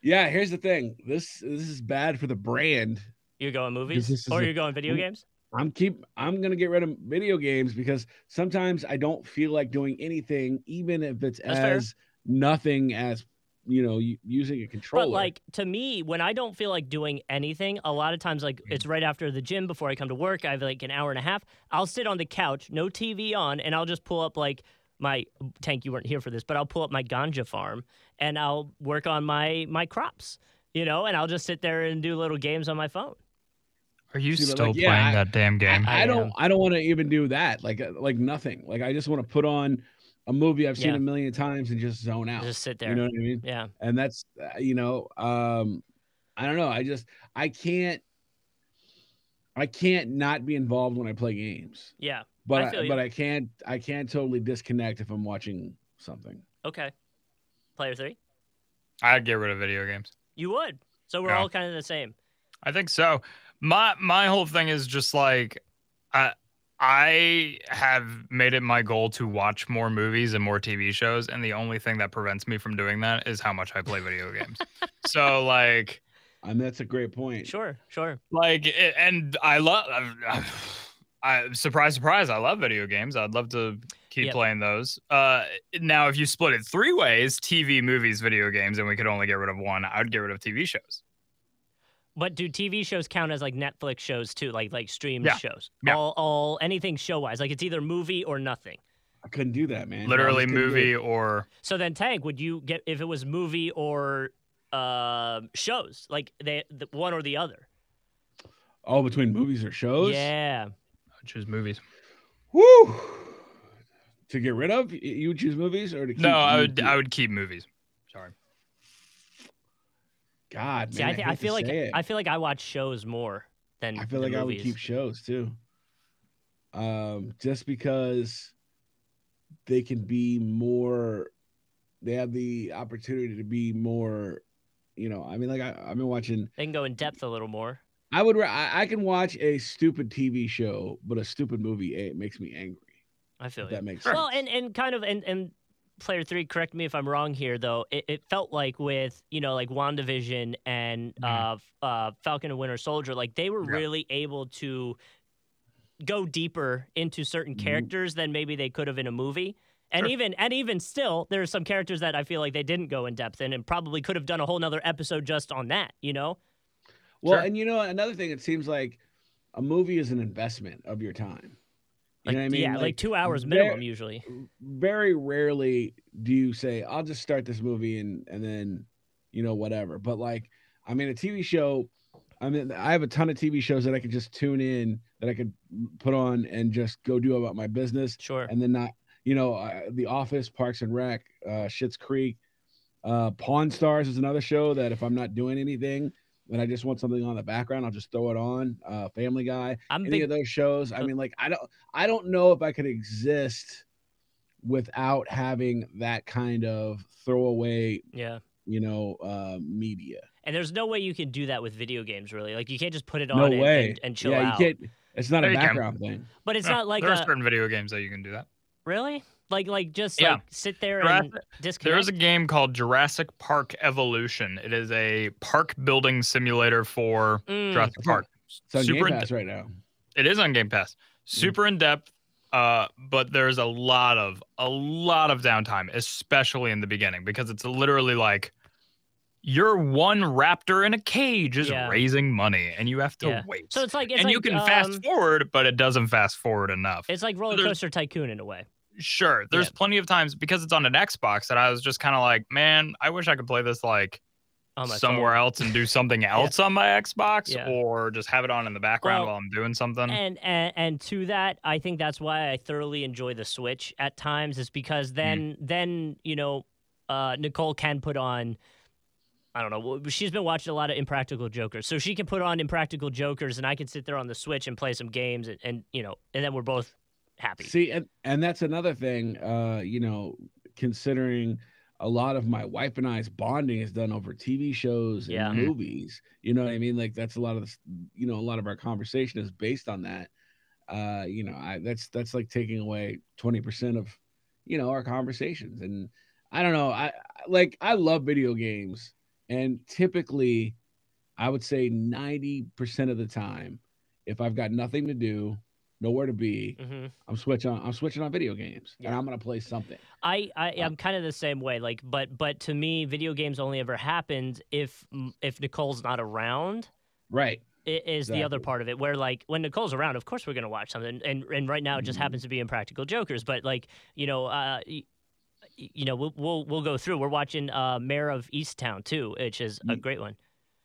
[SPEAKER 1] yeah, here's the thing. This this is bad for the brand.
[SPEAKER 2] you're going movies
[SPEAKER 1] this is
[SPEAKER 2] or
[SPEAKER 1] a-
[SPEAKER 2] you're going video
[SPEAKER 1] Mm.
[SPEAKER 2] games
[SPEAKER 1] I'm keep I'm gonna get rid of video games because sometimes I don't feel like doing anything, even if it's
[SPEAKER 2] That's fair.
[SPEAKER 1] as nothing as you know u- using a controller.
[SPEAKER 2] but like to me when i don't feel like doing anything a lot of times like it's
[SPEAKER 1] Mm.
[SPEAKER 2] right after the gym before i come to work i have like an hour and a half i'll sit on the couch no tv on and i'll just pull up like my tank you weren't here for this but i'll pull up my ganja farm and i'll work on my my crops you know and i'll just sit there and do little games on my phone
[SPEAKER 3] Are you
[SPEAKER 1] See, but,
[SPEAKER 3] still
[SPEAKER 1] like,
[SPEAKER 3] playing
[SPEAKER 1] yeah, I-
[SPEAKER 3] that damn game?
[SPEAKER 1] I, I
[SPEAKER 2] I
[SPEAKER 1] don't
[SPEAKER 2] am.
[SPEAKER 1] I don't want to even do that. Like uh, like nothing. Like I just want to put on a movie I've seen
[SPEAKER 2] Yeah.
[SPEAKER 1] a million times and just zone out.
[SPEAKER 2] just sit there
[SPEAKER 1] You know what I mean?
[SPEAKER 2] yeah
[SPEAKER 1] and that's uh, you know um i don't know i just i can't i can't not be involved when i play games
[SPEAKER 2] yeah
[SPEAKER 1] but
[SPEAKER 2] I feel
[SPEAKER 1] I
[SPEAKER 2] you.
[SPEAKER 1] but i can't i can't totally disconnect if i'm watching something
[SPEAKER 2] okay player three
[SPEAKER 3] I'd get rid of video games.
[SPEAKER 2] you would so we're
[SPEAKER 3] Yeah.
[SPEAKER 2] all kind of the same
[SPEAKER 3] I think so. My my whole thing is just like I I have made it my goal to watch more movies and more TV shows, and the only thing that prevents me from doing that is how much I play video games. so like
[SPEAKER 1] and that's a great point
[SPEAKER 2] sure sure
[SPEAKER 3] like it, and I love. I surprise surprise I love video games. I'd love to keep
[SPEAKER 2] Yep.
[SPEAKER 3] playing those. Uh now if you split it three ways, TV, movies, video games and we could only get rid of one, I would get rid of TV shows.
[SPEAKER 2] But do TV shows count as like Netflix shows too, like like streamed
[SPEAKER 3] Yeah.
[SPEAKER 2] shows?
[SPEAKER 3] Yeah.
[SPEAKER 2] All all anything show wise, like it's either movie or nothing.
[SPEAKER 1] i couldn't do that man I
[SPEAKER 3] Literally
[SPEAKER 1] just couldn't do it.
[SPEAKER 3] movie or
[SPEAKER 2] So then, Tank, would you get if it was movie or uh, shows, like they the, one or the other?
[SPEAKER 1] oh between movies or shows
[SPEAKER 2] Yeah,
[SPEAKER 3] I'd choose movies.
[SPEAKER 1] Woo! to get rid of Y- you would choose movies or to keep
[SPEAKER 3] No, I
[SPEAKER 1] You
[SPEAKER 3] would
[SPEAKER 1] keep-
[SPEAKER 3] I would keep movies. Sorry.
[SPEAKER 1] god
[SPEAKER 2] see,
[SPEAKER 1] man,
[SPEAKER 2] I, thi-
[SPEAKER 1] hate
[SPEAKER 2] I
[SPEAKER 1] to
[SPEAKER 2] feel like
[SPEAKER 1] say it.
[SPEAKER 2] I feel like I watch shows more than
[SPEAKER 1] I feel
[SPEAKER 2] the
[SPEAKER 1] like I would
[SPEAKER 2] movies.
[SPEAKER 1] keep shows too. Um, just because they can be more, they have the opportunity to be more, you know. I mean, like I, I've been watching.
[SPEAKER 2] They can go in depth a little more.
[SPEAKER 1] I would. ra- I, I can watch a stupid TV show, but a stupid movie eh, it makes me angry.
[SPEAKER 2] I feel
[SPEAKER 1] If
[SPEAKER 2] you.
[SPEAKER 1] that makes sense.
[SPEAKER 2] Well, and and kind of and and player three, correct me if I'm wrong here, though. It, it felt like with you know like Wandavision and
[SPEAKER 1] Mm-hmm.
[SPEAKER 2] uh, f- uh, Falcon and Winter Soldier, like they were
[SPEAKER 3] Yeah.
[SPEAKER 2] really able to go deeper into certain
[SPEAKER 1] Mhm.
[SPEAKER 2] characters than maybe they could have in a movie. And
[SPEAKER 3] Sure.
[SPEAKER 2] even and even still, there are some characters that I feel like they didn't go in depth in, and probably could have done a whole nother episode just on that. You know?
[SPEAKER 1] Well,
[SPEAKER 3] Sure.
[SPEAKER 1] and you know, another thing, it seems like a movie is an investment of your time. You
[SPEAKER 2] Like,
[SPEAKER 1] know what I mean?
[SPEAKER 2] yeah, like, two hours
[SPEAKER 1] there-
[SPEAKER 2] minimum usually.
[SPEAKER 1] very rarely do you say i'll just start this movie and and then you know whatever but like i mean a tv show i mean i have a ton of tv shows that i could just tune in that i could put on and just go do about my business
[SPEAKER 2] Sure.
[SPEAKER 1] and then not you know uh, the office parks and rec uh shits creek uh pawn stars is another show that if i'm not doing anything and i just want something on the background i'll just throw it on uh family guy
[SPEAKER 2] I'm
[SPEAKER 1] any of
[SPEAKER 2] big.
[SPEAKER 1] those shows. I
[SPEAKER 2] Uh,
[SPEAKER 1] mean, like I don't I don't know if I could exist without having that kind of throwaway,
[SPEAKER 2] Yeah.
[SPEAKER 1] you know, uh, media.
[SPEAKER 2] And there's no way you can do that with video games, really. Like you can't just put it
[SPEAKER 1] No
[SPEAKER 2] on and-
[SPEAKER 1] way.
[SPEAKER 2] and, and chill
[SPEAKER 1] yeah,
[SPEAKER 2] out.
[SPEAKER 1] you can't. It's not
[SPEAKER 3] Yeah,
[SPEAKER 1] a
[SPEAKER 3] you can.
[SPEAKER 1] background thing.
[SPEAKER 2] But it's
[SPEAKER 3] No,
[SPEAKER 2] not like
[SPEAKER 3] there are
[SPEAKER 2] a,
[SPEAKER 3] certain video games that you can do that.
[SPEAKER 2] really like like just
[SPEAKER 3] Yeah.
[SPEAKER 2] like sit there
[SPEAKER 3] Jurassic-
[SPEAKER 2] and disconnect.
[SPEAKER 3] There is a game called Jurassic Park Evolution. It is a park building simulator for
[SPEAKER 2] Mm,
[SPEAKER 3] Jurassic Park.
[SPEAKER 1] It's on
[SPEAKER 3] Super
[SPEAKER 1] Game
[SPEAKER 3] in-
[SPEAKER 1] Pass right now.
[SPEAKER 3] It is on Game
[SPEAKER 2] Hmm.
[SPEAKER 3] Pass. Super in depth, uh, but there's a lot of a lot of downtime, especially in the beginning, because it's literally like your one raptor in a cage is
[SPEAKER 2] Yeah.
[SPEAKER 3] raising money, and you have to
[SPEAKER 2] Yeah.
[SPEAKER 3] wait.
[SPEAKER 2] so it's like it's
[SPEAKER 3] and
[SPEAKER 2] like,
[SPEAKER 3] you can
[SPEAKER 2] um,
[SPEAKER 3] fast forward, but it doesn't fast forward enough.
[SPEAKER 2] It's like roller
[SPEAKER 3] there's-
[SPEAKER 2] coaster tycoon in a way.
[SPEAKER 3] Sure, there's plenty of times because it's on an Xbox that I was just kind of like, man, I wish I could play this like
[SPEAKER 2] Oh my
[SPEAKER 3] somewhere else and do something else on my Xbox
[SPEAKER 2] Yeah.
[SPEAKER 3] or just have it on in the background
[SPEAKER 2] Well,
[SPEAKER 3] while I'm doing
[SPEAKER 1] Mm.
[SPEAKER 3] something.
[SPEAKER 2] And, and and to that, I think that's why I thoroughly enjoy the Switch at times. Is
[SPEAKER 1] Mm.
[SPEAKER 2] because then then you know, uh, Nicole can put on. I don't know. well, She's been watching a lot of Impractical Jokers, so she can put on Impractical Jokers, and I can sit there on the Switch and play some games, and, and you know, and then we're both happy.
[SPEAKER 1] See, and, and that's another thing, uh, you know, considering a lot of my wife and I's bonding is done over TV shows
[SPEAKER 2] Yeah.
[SPEAKER 1] and movies. You know what I mean? Like that's a lot of, this, you know, a lot of our conversation is based on that. Uh, you know, I that's that's like taking away twenty percent of, you know, our conversations. And I don't know, I I- like I love video games, and typically, I would say ninety percent of the time, if I've got nothing to do, nowhere to be,
[SPEAKER 2] hmm
[SPEAKER 1] I'm switching on. I'm switching on video games, and
[SPEAKER 2] Yeah.
[SPEAKER 1] I'm gonna play something.
[SPEAKER 2] I, I
[SPEAKER 1] Uh,
[SPEAKER 2] I'm kind of the same way. Like, but but to me, video games only ever happened if if Nicole's not around.
[SPEAKER 1] Right.
[SPEAKER 2] i- is the other
[SPEAKER 1] Exactly.
[SPEAKER 2] part of it where like when Nicole's around, of course we're gonna watch something, and and right now it just
[SPEAKER 1] Mhm.
[SPEAKER 2] happens to be Impractical Jokers, but like you know. Uh, y- y- you know, we'll, we'll we'll go through. We're watching uh, Mayor of Easttown too, which is a
[SPEAKER 1] Mm.
[SPEAKER 2] great one.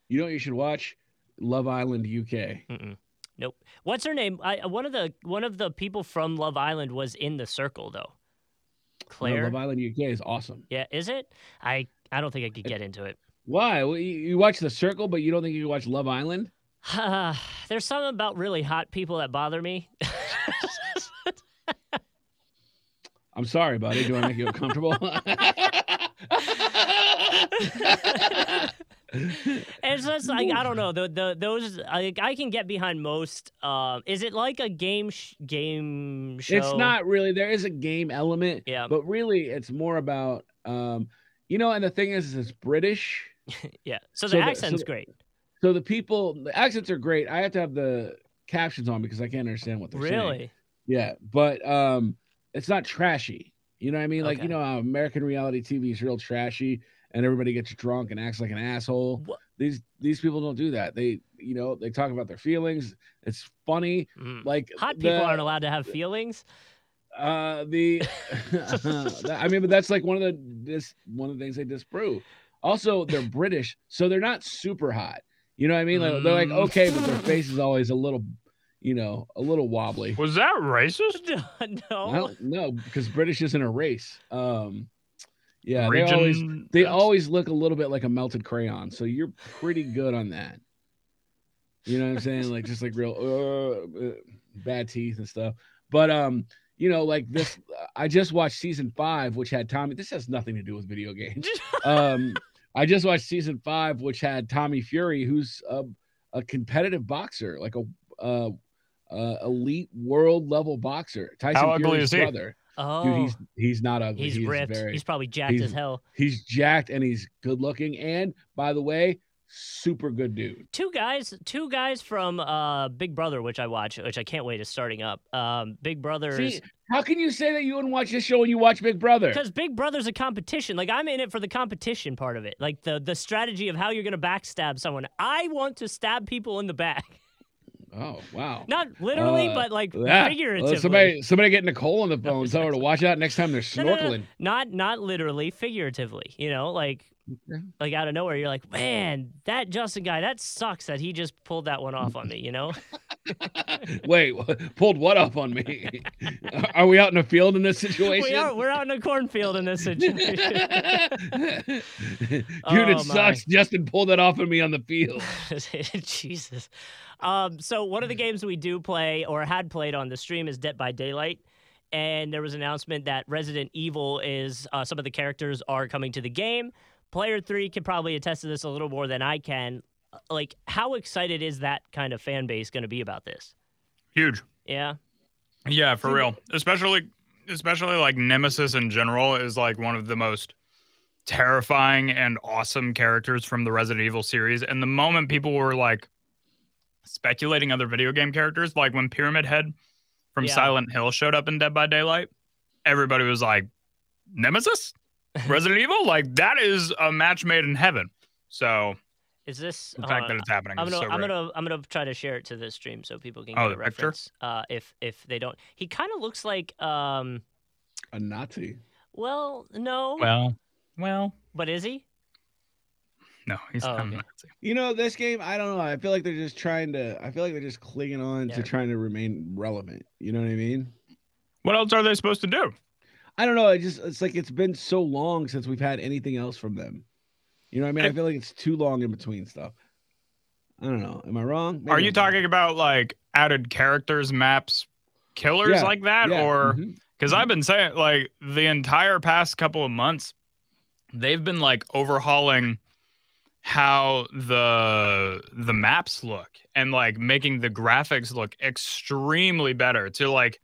[SPEAKER 1] You know what you should watch? Love Island UK.
[SPEAKER 2] Mm-mm. Nope. What's her name? I, one of the one of the people from Love Island was in the circle though.
[SPEAKER 1] You know,
[SPEAKER 2] Claire.
[SPEAKER 1] Love Island UK is awesome.
[SPEAKER 2] yeah, is it? I I don't think I could get into it.
[SPEAKER 1] Why? Well, you, you watch The Circle, but you don't think you can watch Love Island?
[SPEAKER 2] There's something about really hot people that bother me.
[SPEAKER 1] I'm sorry, buddy. Do I make you uncomfortable?
[SPEAKER 2] And It's just like I don't know the the those I, I can get behind most. Um, is it like a game sh- game show?
[SPEAKER 1] it's not really. There is a game element,
[SPEAKER 2] Yeah,
[SPEAKER 1] but really, it's more about, um, you know. And the thing is, is it's British.
[SPEAKER 2] yeah. So
[SPEAKER 1] so the-
[SPEAKER 2] the
[SPEAKER 1] so
[SPEAKER 2] accent's
[SPEAKER 1] the-
[SPEAKER 2] great.
[SPEAKER 1] So the people, the accents are great. I have to have the captions on because I can't understand what they're saying.
[SPEAKER 2] Really?
[SPEAKER 1] Yeah, but um, it's not trashy. You know what I mean? Like
[SPEAKER 2] Okay.
[SPEAKER 1] you know, how American reality TV is real trashy, and everybody gets drunk and acts like an asshole.
[SPEAKER 2] Wha-
[SPEAKER 1] These these people don't do that. They you know they talk about their feelings. It's funny.
[SPEAKER 2] Mm.
[SPEAKER 1] Like
[SPEAKER 2] Hot
[SPEAKER 1] the,
[SPEAKER 2] people aren't allowed to have feelings.
[SPEAKER 1] Uh, the I mean, but that's like one of the this one of the things they disprove. Also, they're British, so they're not super hot. You know what I mean? Like, they're like
[SPEAKER 2] Mm.
[SPEAKER 1] okay, but their face is always a little, you know, a little wobbly.
[SPEAKER 3] Was that racist?
[SPEAKER 2] no,
[SPEAKER 1] Well, no, because British isn't a race. Um, yeah,
[SPEAKER 3] Region-
[SPEAKER 1] they always they
[SPEAKER 3] that's-
[SPEAKER 1] always look a little bit like a melted crayon. So you're pretty good on that. You know what I'm saying? Like just like real uh, uh, bad teeth and stuff. But um, you know, like this, I just watched season five, which had Tommy. This has nothing to do with video games. Um, I just watched season five, which had Tommy Fury, who's a, a competitive boxer, like a uh, uh, elite world level boxer. Tyson
[SPEAKER 3] How ugly
[SPEAKER 1] Fury's
[SPEAKER 3] is he?
[SPEAKER 1] brother.
[SPEAKER 2] oh,
[SPEAKER 1] Dude,
[SPEAKER 2] he's,
[SPEAKER 1] he's he's not ugly. He's,
[SPEAKER 2] ripped.
[SPEAKER 1] Very,
[SPEAKER 2] he's probably jacked
[SPEAKER 1] he's-
[SPEAKER 2] as hell.
[SPEAKER 1] he's jacked and he's good looking. And by the way, super good dude.
[SPEAKER 2] Two guys, two guys from uh, Big Brother, which I watch, which I can't wait is starting up. Um, Big Brother
[SPEAKER 1] See,
[SPEAKER 2] is
[SPEAKER 1] how can you say that you wouldn't watch this show when you watch Big Brother?
[SPEAKER 2] Because Big Brother's a competition. Like I'm in it for the competition part of it. Like the the strategy of how you're gonna backstab someone. I want to stab people in the back.
[SPEAKER 1] Oh wow.
[SPEAKER 2] Not literally,
[SPEAKER 1] Uh,
[SPEAKER 2] but like
[SPEAKER 1] Yeah.
[SPEAKER 2] figuratively.
[SPEAKER 1] Well, somebody, somebody get Nicole on the
[SPEAKER 2] No,
[SPEAKER 1] phone. Tell her to
[SPEAKER 2] exactly.
[SPEAKER 1] watch out next time they're
[SPEAKER 2] No, no, no.
[SPEAKER 1] snorkeling.
[SPEAKER 2] Not not literally, figuratively. You know, like
[SPEAKER 1] Okay.
[SPEAKER 2] like out of nowhere, you're like, man, that Justin guy, that sucks that he just pulled that one off on me. You know,
[SPEAKER 1] Wait, pulled what up on me? Are we out in a field in this situation?
[SPEAKER 2] we are we're out in a cornfield in this situation.
[SPEAKER 1] Dude, it
[SPEAKER 2] Oh, my.
[SPEAKER 1] sucks. Justin pulled that off on me on the field.
[SPEAKER 2] Jesus. Um, so one of
[SPEAKER 3] Hmm.
[SPEAKER 2] the games we do play or had played on the stream is Dead by Daylight. And there was an announcement that Resident Evil is uh, some of the characters are coming to the game. Player three can probably attest to this a little more than I can. Uh, Like, how excited is that kind of fan base going to be about this?
[SPEAKER 3] Huge.
[SPEAKER 2] Yeah.
[SPEAKER 3] Yeah, for
[SPEAKER 2] Dude.
[SPEAKER 3] real. Especially especially like Nemesis in general is like one of the most terrifying and awesome characters from the Resident Evil series. And the moment people were like speculating other video game characters, like when Pyramid Head from
[SPEAKER 2] Yeah.
[SPEAKER 3] Silent Hill showed up in Dead by Daylight, everybody was like, Nemesis? Resident Evil? Like that is a match made in heaven. So
[SPEAKER 2] Is this?
[SPEAKER 3] the
[SPEAKER 2] hold
[SPEAKER 3] fact
[SPEAKER 2] on,
[SPEAKER 3] that it's happening
[SPEAKER 2] Uh, I'm
[SPEAKER 3] is
[SPEAKER 2] gonna,
[SPEAKER 3] so
[SPEAKER 2] I'm
[SPEAKER 3] great.
[SPEAKER 2] gonna, I'm gonna try to share it to the stream so people can
[SPEAKER 3] Oh,
[SPEAKER 2] get a
[SPEAKER 3] the picture?
[SPEAKER 2] reference. Uh, if if they don't, he kind of looks like, um,
[SPEAKER 1] A Nazi.
[SPEAKER 2] well, no,
[SPEAKER 3] Well, well,
[SPEAKER 2] but is he?
[SPEAKER 3] no, he's
[SPEAKER 2] Oh,
[SPEAKER 3] not
[SPEAKER 2] okay.
[SPEAKER 3] Nazi.
[SPEAKER 1] You know, this game, I don't know. I feel like they're just trying to, I feel like they're just clinging on
[SPEAKER 2] Yeah.
[SPEAKER 1] to trying to remain relevant. You know what I mean?
[SPEAKER 3] What else are they supposed to do?
[SPEAKER 1] I don't know. I just, it's like it's been so long since we've had anything else from them. You know what I mean? I feel like it's too long in between stuff. I don't know. Am I wrong? Maybe
[SPEAKER 3] Are
[SPEAKER 1] I'm
[SPEAKER 3] you
[SPEAKER 1] wrong.
[SPEAKER 3] talking about like added characters, maps, killers
[SPEAKER 1] Yeah,
[SPEAKER 3] like that?
[SPEAKER 1] Yeah,
[SPEAKER 3] Or
[SPEAKER 1] mhm.
[SPEAKER 3] because I've been saying like the entire past couple of months, they've been like overhauling how the the maps look and like making the graphics look extremely better to like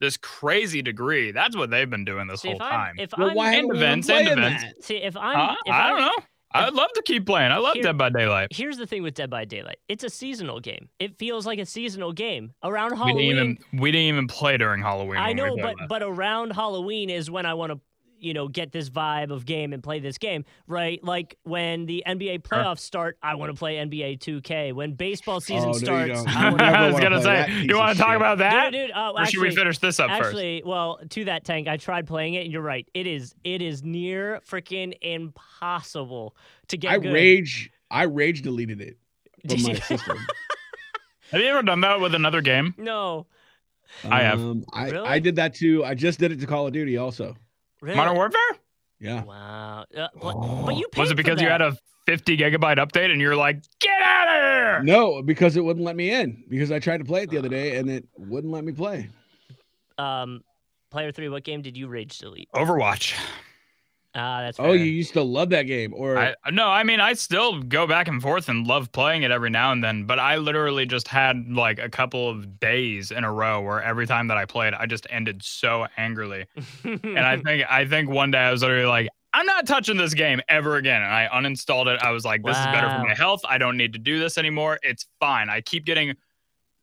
[SPEAKER 3] this crazy degree. That's what they've been doing this
[SPEAKER 2] See,
[SPEAKER 3] whole
[SPEAKER 2] if I'm,
[SPEAKER 3] time.
[SPEAKER 2] if
[SPEAKER 1] well,
[SPEAKER 2] I'm,
[SPEAKER 1] why
[SPEAKER 3] End
[SPEAKER 1] haven't we been
[SPEAKER 3] events, end
[SPEAKER 1] playing
[SPEAKER 3] events.
[SPEAKER 1] that?
[SPEAKER 2] see, if I'm,
[SPEAKER 3] Huh?
[SPEAKER 2] if
[SPEAKER 3] I
[SPEAKER 2] I'm-
[SPEAKER 3] don't know. I'd love to keep playing. I love
[SPEAKER 2] Here-
[SPEAKER 3] Dead by Daylight.
[SPEAKER 2] Here's the thing with Dead by Daylight. It's a seasonal game. It feels like a seasonal game around
[SPEAKER 3] We
[SPEAKER 2] Halloween.
[SPEAKER 3] didn't even we didn't even play during Halloween.
[SPEAKER 2] I
[SPEAKER 3] when we
[SPEAKER 2] know,
[SPEAKER 3] played
[SPEAKER 2] but
[SPEAKER 3] last.
[SPEAKER 2] but around Halloween is when I want to, you know, get this vibe of game and play this game, right? Like when the NBA
[SPEAKER 3] Sure.
[SPEAKER 2] playoffs start, I want to play NBA 2K. When baseball season
[SPEAKER 1] Oh, no, you
[SPEAKER 2] starts,
[SPEAKER 1] don't.
[SPEAKER 2] I
[SPEAKER 1] would
[SPEAKER 2] want
[SPEAKER 1] never
[SPEAKER 3] I was
[SPEAKER 1] wanna
[SPEAKER 3] gonna
[SPEAKER 1] play
[SPEAKER 3] say,
[SPEAKER 1] that piece
[SPEAKER 3] you
[SPEAKER 1] of
[SPEAKER 3] want to talk
[SPEAKER 1] shit.
[SPEAKER 3] about that,
[SPEAKER 2] to. Dude, dude, oh,
[SPEAKER 3] or should we
[SPEAKER 2] actually,
[SPEAKER 3] finish this up first?
[SPEAKER 2] Actually, well, to that tank, I tried playing it, and you're right. It is it is near freaking impossible to get
[SPEAKER 1] I
[SPEAKER 2] good.
[SPEAKER 1] rage, I rage deleted it
[SPEAKER 2] Did
[SPEAKER 1] from my
[SPEAKER 2] you-
[SPEAKER 1] system.
[SPEAKER 3] Have you ever done that with another game?
[SPEAKER 2] no,
[SPEAKER 3] I have.
[SPEAKER 1] Um, I,
[SPEAKER 2] Really?
[SPEAKER 1] I did that too. I just did it to Call of Duty also.
[SPEAKER 2] really?
[SPEAKER 3] Modern Warfare?
[SPEAKER 1] Yeah.
[SPEAKER 2] Wow. Uh,
[SPEAKER 1] Oh.
[SPEAKER 2] what- but you paid
[SPEAKER 3] Was it because
[SPEAKER 2] for
[SPEAKER 3] you had
[SPEAKER 2] that.
[SPEAKER 3] a 50 gigabyte update and you're like, get out of here?
[SPEAKER 1] No, because it wouldn't let me in. Because I tried to play it the other day and it wouldn't let me play.
[SPEAKER 2] um player three? What game did you rage delete?
[SPEAKER 3] Overwatch.
[SPEAKER 2] Ah, that's
[SPEAKER 1] Oh,
[SPEAKER 2] fair.
[SPEAKER 1] you used to love that game, or
[SPEAKER 3] I, no, I mean, I still go back and forth and love playing it every now and then, but I literally just had like a couple of days in a row where every time that I played, I just ended so angrily.
[SPEAKER 2] and
[SPEAKER 3] and I think I think one day I was literally like, I'm not touching this game ever again. And I uninstalled it. I was like, this is better for
[SPEAKER 2] Wow.
[SPEAKER 3] my health. I don't need to do this anymore. It's fine. I keep getting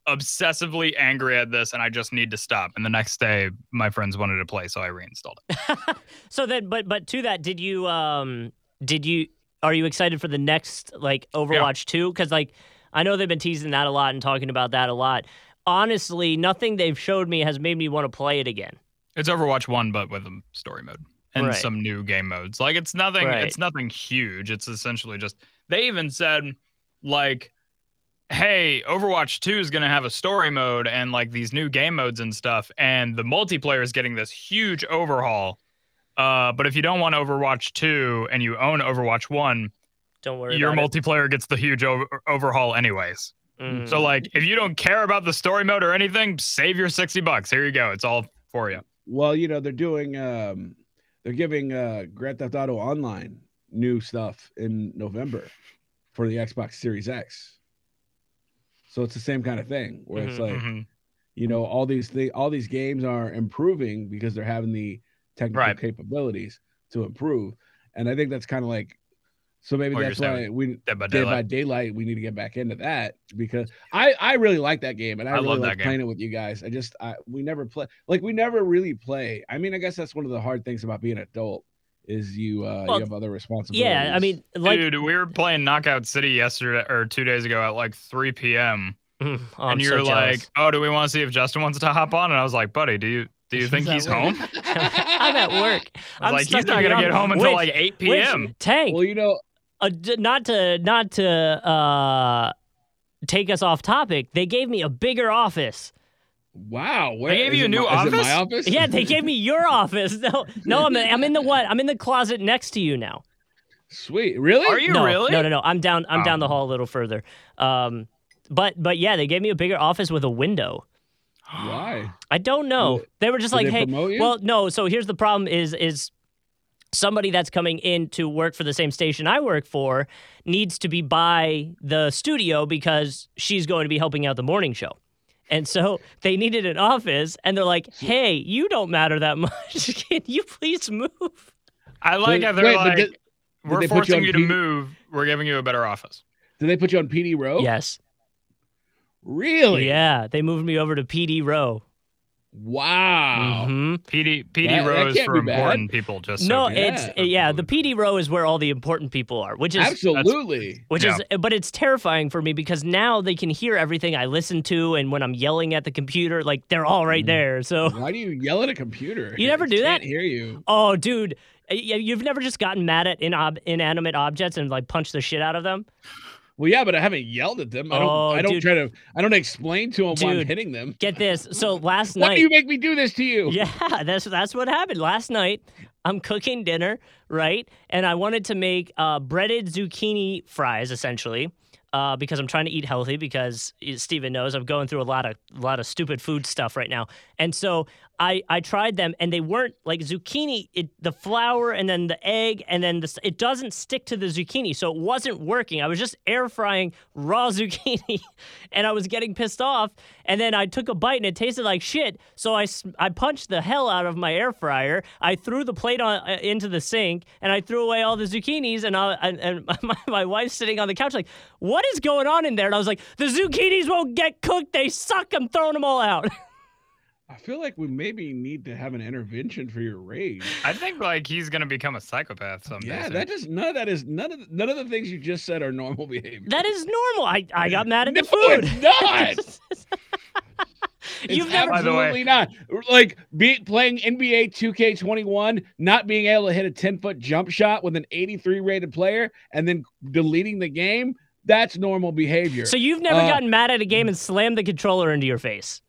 [SPEAKER 3] obsessively angry at this and I just need to stop. And the next day my friends wanted to play, so I reinstalled it.
[SPEAKER 2] so then, but but to that, did you um did you are you excited for the next like Overwatch two? Because like I know they've been teasing that a lot and talking about that a lot. Honestly, nothing they've showed me has made me want to play it again.
[SPEAKER 3] It's Overwatch 1 but with a story mode and
[SPEAKER 2] Right.
[SPEAKER 3] some new game modes. Like it's nothing
[SPEAKER 2] Right.
[SPEAKER 3] it's nothing huge. It's essentially just they even said like hey, Overwatch 2 is going to have a story mode and like these new game modes and stuff, and the multiplayer is getting this huge overhaul. Uh, but if you don't want Overwatch 2 and you own Overwatch 1,
[SPEAKER 2] Don't worry.
[SPEAKER 3] your
[SPEAKER 2] about
[SPEAKER 3] multiplayer gets the huge over- overhaul, anyways.
[SPEAKER 2] it. Mm.
[SPEAKER 3] So, like, if you don't care about the story mode or anything, save your 60 bucks. Here you go. It's all for you.
[SPEAKER 1] well, you know, they're doing, um, they're giving uh, Grand Theft Auto Online new stuff in November for the Xbox Series X. So it's the same kind of thing where it's
[SPEAKER 2] Mhm,
[SPEAKER 1] like,
[SPEAKER 3] Mhm.
[SPEAKER 1] you know all these things all these games are improving because they're having the technical
[SPEAKER 3] Right.
[SPEAKER 1] capabilities to improve and i think that's kind of like so maybe
[SPEAKER 3] What you're
[SPEAKER 1] that's why we
[SPEAKER 3] Dead by
[SPEAKER 1] day
[SPEAKER 3] Daylight.
[SPEAKER 1] by daylight we need to get back into that because i i really like that game and i,
[SPEAKER 3] I
[SPEAKER 1] really
[SPEAKER 3] love
[SPEAKER 1] like
[SPEAKER 3] that game.
[SPEAKER 1] playing it with you guys i just i we never play like we never really play i mean i guess that's one of the hard things about being an adult is you uh
[SPEAKER 2] Well,
[SPEAKER 1] you have other responsibilities
[SPEAKER 2] yeah, I mean, like
[SPEAKER 3] Dude, we were playing Knockout City yesterday or two days ago at like 3 p.m.
[SPEAKER 2] Mm, oh, I'm
[SPEAKER 3] and
[SPEAKER 2] so
[SPEAKER 3] you're like,
[SPEAKER 2] jealous.
[SPEAKER 3] "Oh, do we want to see if Justin wants to hop on?" And I was like, "Buddy, do you do you
[SPEAKER 2] He's
[SPEAKER 3] think
[SPEAKER 2] at
[SPEAKER 3] he's
[SPEAKER 2] work.
[SPEAKER 3] home?" I
[SPEAKER 2] I'm at work.
[SPEAKER 3] was
[SPEAKER 2] I'm
[SPEAKER 3] like,
[SPEAKER 2] stuck
[SPEAKER 3] "He's not
[SPEAKER 2] in the
[SPEAKER 3] gonna get
[SPEAKER 2] office."
[SPEAKER 3] home until
[SPEAKER 2] Which-
[SPEAKER 3] like 8
[SPEAKER 2] which-
[SPEAKER 3] p.m."
[SPEAKER 2] Tank,
[SPEAKER 1] Well, you know,
[SPEAKER 2] uh, d- not to not to uh, take us off topic. They gave me a bigger office.
[SPEAKER 1] wow. Where,
[SPEAKER 3] gave
[SPEAKER 1] is
[SPEAKER 3] you
[SPEAKER 1] it
[SPEAKER 3] a new
[SPEAKER 1] my, Is it
[SPEAKER 3] office?
[SPEAKER 1] my office?
[SPEAKER 2] Yeah, they gave me your office. No, no, I'm I'm in the what? I'm in the closet next to you now.
[SPEAKER 1] Sweet. Really?
[SPEAKER 3] Are you
[SPEAKER 2] no,
[SPEAKER 3] really?
[SPEAKER 2] No, no, no. I'm down. I'm down the
[SPEAKER 3] Oh.
[SPEAKER 2] hall a little further. Um, but but yeah, they gave me a bigger office with a window.
[SPEAKER 1] Why?
[SPEAKER 2] I don't know.
[SPEAKER 1] Well,
[SPEAKER 2] they were just
[SPEAKER 1] Did
[SPEAKER 2] like,
[SPEAKER 1] they
[SPEAKER 2] hey,
[SPEAKER 1] promote you?
[SPEAKER 2] Well, no. So here's the problem: is is somebody that's coming in to work for the same station I work for needs to be by the studio because she's going to be helping out the morning show. And so they needed an office, and they're like, "Hey, you don't matter that much. Can you please move?"
[SPEAKER 3] I like
[SPEAKER 1] Wait,
[SPEAKER 3] how they're
[SPEAKER 1] wait, but
[SPEAKER 3] like,
[SPEAKER 1] did-
[SPEAKER 3] "We're
[SPEAKER 1] they put you
[SPEAKER 3] forcing
[SPEAKER 1] on
[SPEAKER 3] you, to
[SPEAKER 1] P-
[SPEAKER 3] move. We're giving you a better office."
[SPEAKER 1] Did they put you on PD Row?
[SPEAKER 2] Yes,
[SPEAKER 1] Oh, Really?
[SPEAKER 2] yeah. They moved me over to PD Row.
[SPEAKER 1] Wow.
[SPEAKER 2] Mhm.
[SPEAKER 3] PD PD
[SPEAKER 1] That- that
[SPEAKER 3] rows
[SPEAKER 1] can't
[SPEAKER 3] for
[SPEAKER 1] be bad.
[SPEAKER 3] important people. Just so
[SPEAKER 2] no,
[SPEAKER 1] yeah.
[SPEAKER 3] people
[SPEAKER 2] it's yeah. The PD Row is where all the important people are, which is
[SPEAKER 1] Absolutely.
[SPEAKER 2] which is but it's terrifying for me because now they can hear everything I listen to and when I'm yelling at the computer like they're all right
[SPEAKER 1] Mhm.
[SPEAKER 2] there so
[SPEAKER 1] Why do you yell at a computer?
[SPEAKER 2] You never
[SPEAKER 1] It
[SPEAKER 2] do
[SPEAKER 1] can't
[SPEAKER 2] that?
[SPEAKER 1] hear you.
[SPEAKER 2] oh dude y- you've never just gotten mad at inob- inanimate objects and like punched the shit out of them
[SPEAKER 1] Well, yeah, but I haven't yelled at them. I don't.
[SPEAKER 2] Oh,
[SPEAKER 1] I don't
[SPEAKER 2] dude.
[SPEAKER 1] try to. I don't explain to them why I'm
[SPEAKER 2] Dude.
[SPEAKER 1] hitting them.
[SPEAKER 2] get this so last
[SPEAKER 1] Why
[SPEAKER 2] night
[SPEAKER 1] do you make me do this to you?
[SPEAKER 2] Yeah, that's that's what happened last night. I'm cooking dinner, right? And I wanted to make uh, breaded zucchini fries, essentially, uh, because I'm trying to eat healthy. Because eh, Steven knows I'm going through a lot of lot of stupid food stuff right now, and so I I tried them, and they weren't like zucchini. It the flour and then the egg and then the s- it doesn't stick to the zucchini, so it wasn't working. I was just air frying raw zucchini, and I was getting pissed off. And then I took a bite and it tasted like shit. So I, s- I punched the hell out of my air fryer. I threw the plate on uh, into the sink and I threw away all the zucchinis. And I and, and my, my wife's sitting on the couch like, what is going on in there? And I was like, the zucchinis won't get cooked. They suck. I'm throwing them all out.
[SPEAKER 1] I feel like we maybe need to have an intervention for your rage.
[SPEAKER 3] I think like he's gonna become a psychopath someday.
[SPEAKER 1] yeah,
[SPEAKER 3] soon.
[SPEAKER 1] that just none of that is none of the- none of the things you just said are normal behavior.
[SPEAKER 2] that is normal. I, I got mad at
[SPEAKER 1] no,
[SPEAKER 2] the food.
[SPEAKER 1] it's not. It's
[SPEAKER 2] You've never.
[SPEAKER 3] By the way-
[SPEAKER 1] absolutely not. Like be, playing NBA 2K21, not being able to hit a 10 foot jump shot with an 83 rated player, and then deleting the game. That's normal behavior.
[SPEAKER 2] So you've never
[SPEAKER 1] Uh,
[SPEAKER 2] gotten mad at a game and slammed the controller into your face.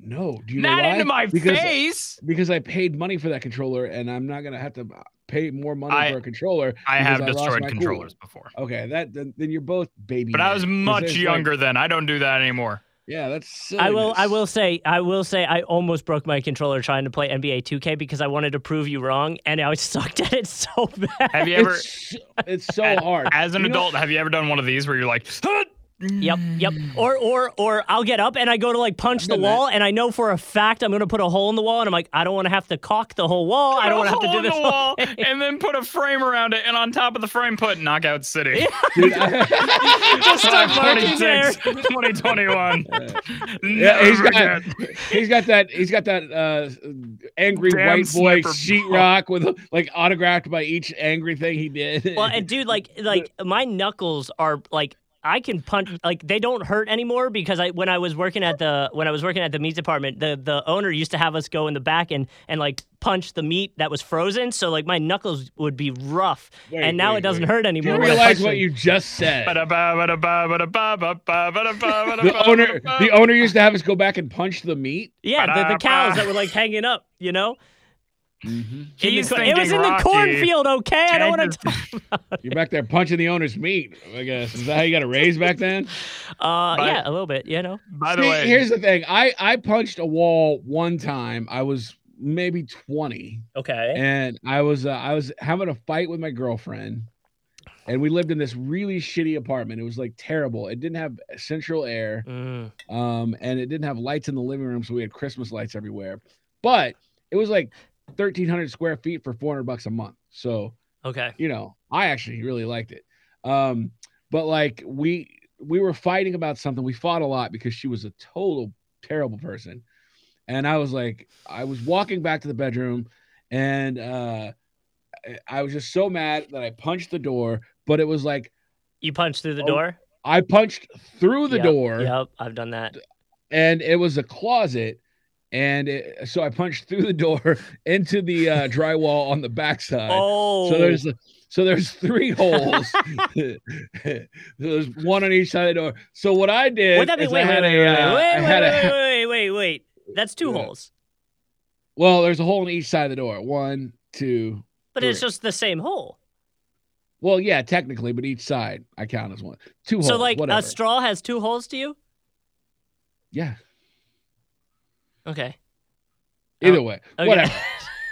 [SPEAKER 1] no, do you know
[SPEAKER 3] not
[SPEAKER 1] why?
[SPEAKER 3] into my
[SPEAKER 1] because,
[SPEAKER 3] face.
[SPEAKER 1] Because I paid money for that controller, and I'm not gonna have to pay more money
[SPEAKER 3] I-
[SPEAKER 1] for a controller.
[SPEAKER 3] I
[SPEAKER 1] because
[SPEAKER 3] have
[SPEAKER 1] I lost
[SPEAKER 3] destroyed
[SPEAKER 1] my cool.
[SPEAKER 3] controllers before,
[SPEAKER 1] Okay, that then, then you're both baby.
[SPEAKER 3] but I was
[SPEAKER 1] men. 'Cause
[SPEAKER 3] much
[SPEAKER 1] it's like-
[SPEAKER 3] younger then. I don't do that anymore.
[SPEAKER 1] yeah, that's.
[SPEAKER 2] I will. I
[SPEAKER 1] silliness.
[SPEAKER 2] will say. I will say. I almost broke my controller trying to play NBA 2K because I wanted to prove you wrong, and I sucked at it so bad.
[SPEAKER 3] Have you ever,
[SPEAKER 1] It's, so- it's so hard.
[SPEAKER 3] as an
[SPEAKER 1] You know-
[SPEAKER 3] adult, have you ever done one of these where you're like,
[SPEAKER 2] Yep, yep. Or, or, or I'll get up and I go to like punch
[SPEAKER 1] I've
[SPEAKER 2] the
[SPEAKER 1] done that.
[SPEAKER 2] wall, and I know for a fact I'm gonna put a hole in the wall, and I'm like, I don't want to have to caulk the whole wall. I don't want to have to do
[SPEAKER 3] the
[SPEAKER 2] this.
[SPEAKER 3] wall and then put a frame around it, and on top of the frame, put Knockout City.
[SPEAKER 1] Dude, I-
[SPEAKER 2] Just start marking there.
[SPEAKER 3] 26, 2021.
[SPEAKER 1] Yeah, he's
[SPEAKER 3] Never
[SPEAKER 1] got
[SPEAKER 3] again.
[SPEAKER 1] he's got that he's got that uh angry
[SPEAKER 3] Damn
[SPEAKER 1] white boy
[SPEAKER 3] sniper.
[SPEAKER 1] sheetrock with like autographed by each angry thing he did.
[SPEAKER 2] Well, and dude, like, like my knuckles are like I can punch like they don't hurt anymore because I when I was working at the when I was working at the meat department, the the owner used to have us go in the back and and like punch the meat that was frozen, so like my knuckles would be rough,
[SPEAKER 1] Wait,
[SPEAKER 2] and now
[SPEAKER 1] wait,
[SPEAKER 2] it doesn't
[SPEAKER 1] wait.
[SPEAKER 2] hurt
[SPEAKER 1] Do
[SPEAKER 2] anymore.
[SPEAKER 1] you
[SPEAKER 2] when I
[SPEAKER 1] realize
[SPEAKER 2] punch
[SPEAKER 1] what
[SPEAKER 2] them.
[SPEAKER 1] you just said?
[SPEAKER 3] Ba-da-ba, ba-da-ba, ba-da-ba, ba-ba, ba-da-ba,
[SPEAKER 1] The
[SPEAKER 3] ba-da-ba,
[SPEAKER 1] owner
[SPEAKER 3] ba-da-ba.
[SPEAKER 1] the owner used to have us go back and punch the meat.
[SPEAKER 2] Yeah, the, the cows
[SPEAKER 3] Ba-da-ba.
[SPEAKER 2] that were like hanging up, you know. In the
[SPEAKER 3] He's
[SPEAKER 2] cor- it
[SPEAKER 3] thinking
[SPEAKER 2] was in the
[SPEAKER 3] Rocky.
[SPEAKER 2] cornfield, okay? I don't want
[SPEAKER 3] Changes-
[SPEAKER 2] to.
[SPEAKER 1] You're back there punching the owner's meat. I guess is that how you got a raise back then?
[SPEAKER 2] Uh,
[SPEAKER 3] By-
[SPEAKER 2] yeah, a little bit, you know.
[SPEAKER 3] By the
[SPEAKER 1] See,
[SPEAKER 3] way,
[SPEAKER 1] here's the thing. I I punched a wall one time. I was maybe 20.
[SPEAKER 2] Okay.
[SPEAKER 1] and I was uh, I was having a fight with my girlfriend, and we lived in this really shitty apartment. It was like terrible. It didn't have central air,
[SPEAKER 2] Mm.
[SPEAKER 1] um, and it didn't have lights in the living room, so we had Christmas lights everywhere. But it was like thirteen hundred square feet for four hundred bucks a month. So
[SPEAKER 2] Okay.
[SPEAKER 1] you know, I actually really liked it. Um, but like we we were fighting about something. We fought a lot because she was a total terrible person. And I was like, I was walking back to the bedroom and uh I- I was just so mad that I punched the door, but it was like
[SPEAKER 2] You punched through the
[SPEAKER 1] Oh.
[SPEAKER 2] door.
[SPEAKER 1] I punched through the
[SPEAKER 2] Yep,
[SPEAKER 1] door
[SPEAKER 2] Yep, I've done that.
[SPEAKER 1] and it was a closet. And it, so I punched through the door into the uh, drywall on the backside.
[SPEAKER 2] Oh,
[SPEAKER 1] So there's so there's three holes. there's one on each side of the door. So what I did,
[SPEAKER 2] Would that be
[SPEAKER 1] is
[SPEAKER 2] wait,
[SPEAKER 1] I
[SPEAKER 2] wait,
[SPEAKER 1] had
[SPEAKER 2] wait,
[SPEAKER 1] a,
[SPEAKER 2] wait,
[SPEAKER 1] uh, I
[SPEAKER 2] wait,
[SPEAKER 1] had a-
[SPEAKER 2] wait, wait, wait, wait, wait. That's two
[SPEAKER 1] Yeah.
[SPEAKER 2] holes,
[SPEAKER 1] well, there's a hole in each side of the door. One, two.
[SPEAKER 2] but it's
[SPEAKER 1] Three.
[SPEAKER 2] just the same hole.
[SPEAKER 1] Well, yeah, technically, but each side I count as one. Two holes.
[SPEAKER 2] so like
[SPEAKER 1] whatever.
[SPEAKER 2] a straw has two holes to you.
[SPEAKER 1] yeah.
[SPEAKER 2] Okay.
[SPEAKER 1] Either way,
[SPEAKER 2] Oh, okay.
[SPEAKER 1] whatever.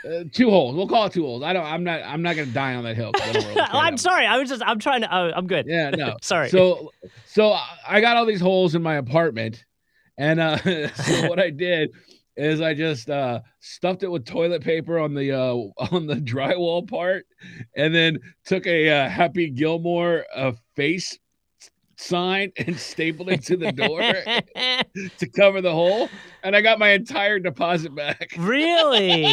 [SPEAKER 1] Uh, two holes. We'll call it two holes. I don't. I'm not. I'm not gonna die on that hill. 'cause I don't really care
[SPEAKER 2] I'm
[SPEAKER 1] that
[SPEAKER 2] sorry. I was just. I'm trying to. Uh, I'm
[SPEAKER 1] much.
[SPEAKER 2] good.
[SPEAKER 1] Yeah. No.
[SPEAKER 2] Sorry.
[SPEAKER 1] So, so I got all these holes in my apartment, and uh, so what I did is I just uh, stuffed it with toilet paper on the uh, on the drywall part, and then took a uh, Happy Gilmore uh, face sign and stapled it to the door to cover the hole, and I got my entire deposit back.
[SPEAKER 2] really?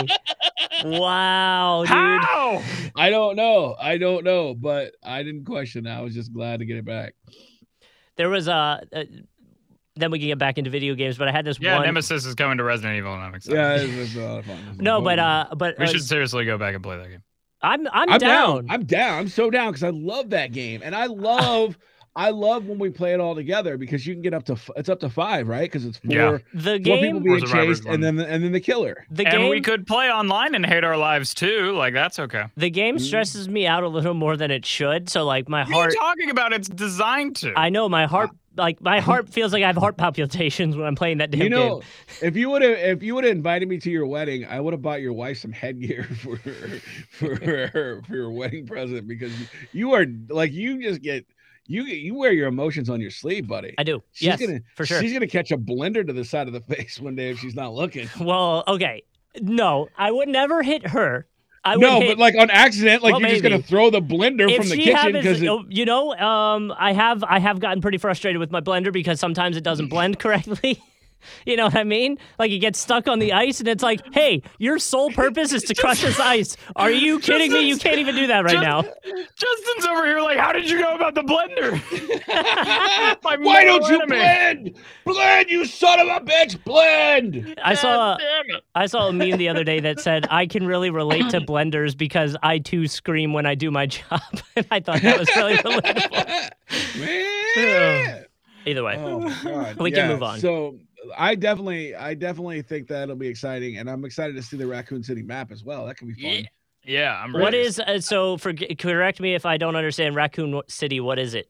[SPEAKER 2] wow, dude.
[SPEAKER 3] How?
[SPEAKER 1] I don't know, I don't know, but I didn't question. it. I was just glad to get it back.
[SPEAKER 2] There was a. Uh, then we can get back into video games, but I had this
[SPEAKER 3] Yeah,
[SPEAKER 2] one.
[SPEAKER 3] Nemesis is coming to Resident Evil, and I'm excited.
[SPEAKER 1] Yeah, it was a lot of fun.
[SPEAKER 2] no, but uh, but
[SPEAKER 3] we
[SPEAKER 2] uh,
[SPEAKER 3] should seriously go back and play that game.
[SPEAKER 2] I'm I'm,
[SPEAKER 1] I'm
[SPEAKER 2] down. Ah.
[SPEAKER 1] down. I'm down. I'm so down because I love that game, and I love, I love when we play it all together because you can get up to f- it's up to five, right? Because it's four,
[SPEAKER 3] Yeah.
[SPEAKER 1] four
[SPEAKER 2] the
[SPEAKER 1] people
[SPEAKER 2] game.
[SPEAKER 1] being
[SPEAKER 3] Or survivors
[SPEAKER 1] chased, and
[SPEAKER 3] one.
[SPEAKER 1] then the- and then the killer.
[SPEAKER 2] The
[SPEAKER 3] and
[SPEAKER 2] game.
[SPEAKER 3] we could play online and hate our lives too. Like that's okay.
[SPEAKER 2] The game
[SPEAKER 1] Mhm.
[SPEAKER 2] stresses me out a little more than it should. So like my
[SPEAKER 3] What are
[SPEAKER 2] heart
[SPEAKER 3] you talking about? It's designed to.
[SPEAKER 2] I know my heart like my heart feels like I have heart palpitations when I'm playing that damn
[SPEAKER 1] Uh, you know,
[SPEAKER 2] game.
[SPEAKER 1] if you would have if you would have invited me to your wedding, I would have bought your wife some headgear for her, for her, for your wedding present because you, you are like you just get you you wear your emotions on your sleeve, buddy.
[SPEAKER 2] I do.
[SPEAKER 1] She's
[SPEAKER 2] yes.
[SPEAKER 1] gonna-
[SPEAKER 2] for sure.
[SPEAKER 1] She's gonna catch a blender to the side of the face one day if she's not looking.
[SPEAKER 2] Well, okay. No, I would never hit her. I would
[SPEAKER 1] no,
[SPEAKER 2] hit,
[SPEAKER 1] but like on accident, like
[SPEAKER 2] Well,
[SPEAKER 1] you're just gonna
[SPEAKER 2] maybe.
[SPEAKER 1] throw the blender
[SPEAKER 2] if
[SPEAKER 1] from the
[SPEAKER 2] she
[SPEAKER 1] kitchen
[SPEAKER 2] happens,
[SPEAKER 1] because
[SPEAKER 2] oh, you know, um, I have I have gotten pretty frustrated with my blender because sometimes it doesn't blend correctly. you know what I mean? Like it gets stuck on the ice, and it's like, hey, your sole purpose is to crush this ice. Are you kidding me? You can't even do that right
[SPEAKER 3] Just-
[SPEAKER 2] now.
[SPEAKER 3] Justin's over here. Like, how did you know about the blender? My
[SPEAKER 1] Why
[SPEAKER 3] mortal
[SPEAKER 1] don't you
[SPEAKER 3] enemy.
[SPEAKER 1] blend? Blend, you son of a bitch, blend!
[SPEAKER 2] I saw.
[SPEAKER 3] God damn it.
[SPEAKER 2] I saw a meme the other day that said, I can really relate to blenders because I too scream when I do my job. and I thought that was really relatable.
[SPEAKER 1] Man.
[SPEAKER 2] Either way,
[SPEAKER 1] Oh, my God.
[SPEAKER 2] We can move on.
[SPEAKER 1] So I definitely, I definitely think that'll be exciting, and I'm excited to see the Raccoon City map as well. That could be fun.
[SPEAKER 3] Yeah. Yeah, I'm ready.
[SPEAKER 2] what is, uh, so for, correct me if I don't understand Raccoon City, what is it?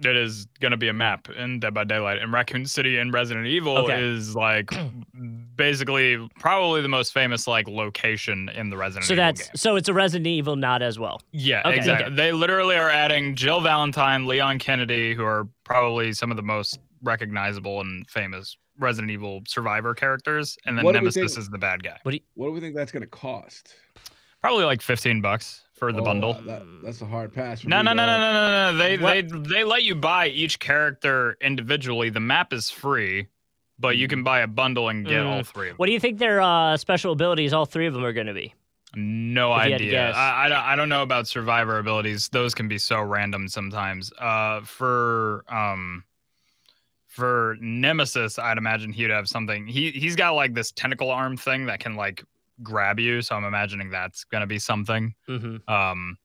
[SPEAKER 3] That is gonna be a map in Dead by Daylight, and Raccoon City and Resident Evil
[SPEAKER 2] Okay.
[SPEAKER 3] is like basically probably the most famous like location in the Resident
[SPEAKER 2] So
[SPEAKER 3] Evil
[SPEAKER 2] that's,
[SPEAKER 3] game.
[SPEAKER 2] so it's a Resident Evil not as well.
[SPEAKER 3] Yeah,
[SPEAKER 2] okay,
[SPEAKER 3] exactly.
[SPEAKER 2] okay.
[SPEAKER 3] They literally are adding Jill Valentine, Leon Kennedy, who are probably some of the most recognizable and famous Resident Evil survivor characters, and then
[SPEAKER 1] What do we
[SPEAKER 3] Nemesis
[SPEAKER 1] think-
[SPEAKER 3] is the bad guy.
[SPEAKER 1] What do we think that's gonna cost?
[SPEAKER 3] Probably like fifteen bucks for the
[SPEAKER 1] Oh,
[SPEAKER 3] bundle.
[SPEAKER 1] uh, that- that's a hard pass. for
[SPEAKER 3] No,
[SPEAKER 1] me,
[SPEAKER 3] no, no,
[SPEAKER 1] dog.
[SPEAKER 3] no, no, no, no. They
[SPEAKER 2] What-
[SPEAKER 3] they they let you buy each character individually. The map is free, but you
[SPEAKER 1] Mm.
[SPEAKER 3] can buy a bundle and get all
[SPEAKER 2] Mm.
[SPEAKER 3] three of them.
[SPEAKER 2] What do you think their uh, special abilities, all three of them, are going to be?
[SPEAKER 3] No
[SPEAKER 2] If you had to
[SPEAKER 3] idea.
[SPEAKER 2] guess.
[SPEAKER 3] I, I don't- I don't know about survivor abilities. Those can be so random sometimes. Uh, for um, for Nemesis, I'd imagine he'd have something. He he's got like this tentacle arm thing that can like grab you. So I'm imagining that's gonna be something.
[SPEAKER 2] hmm
[SPEAKER 3] Um,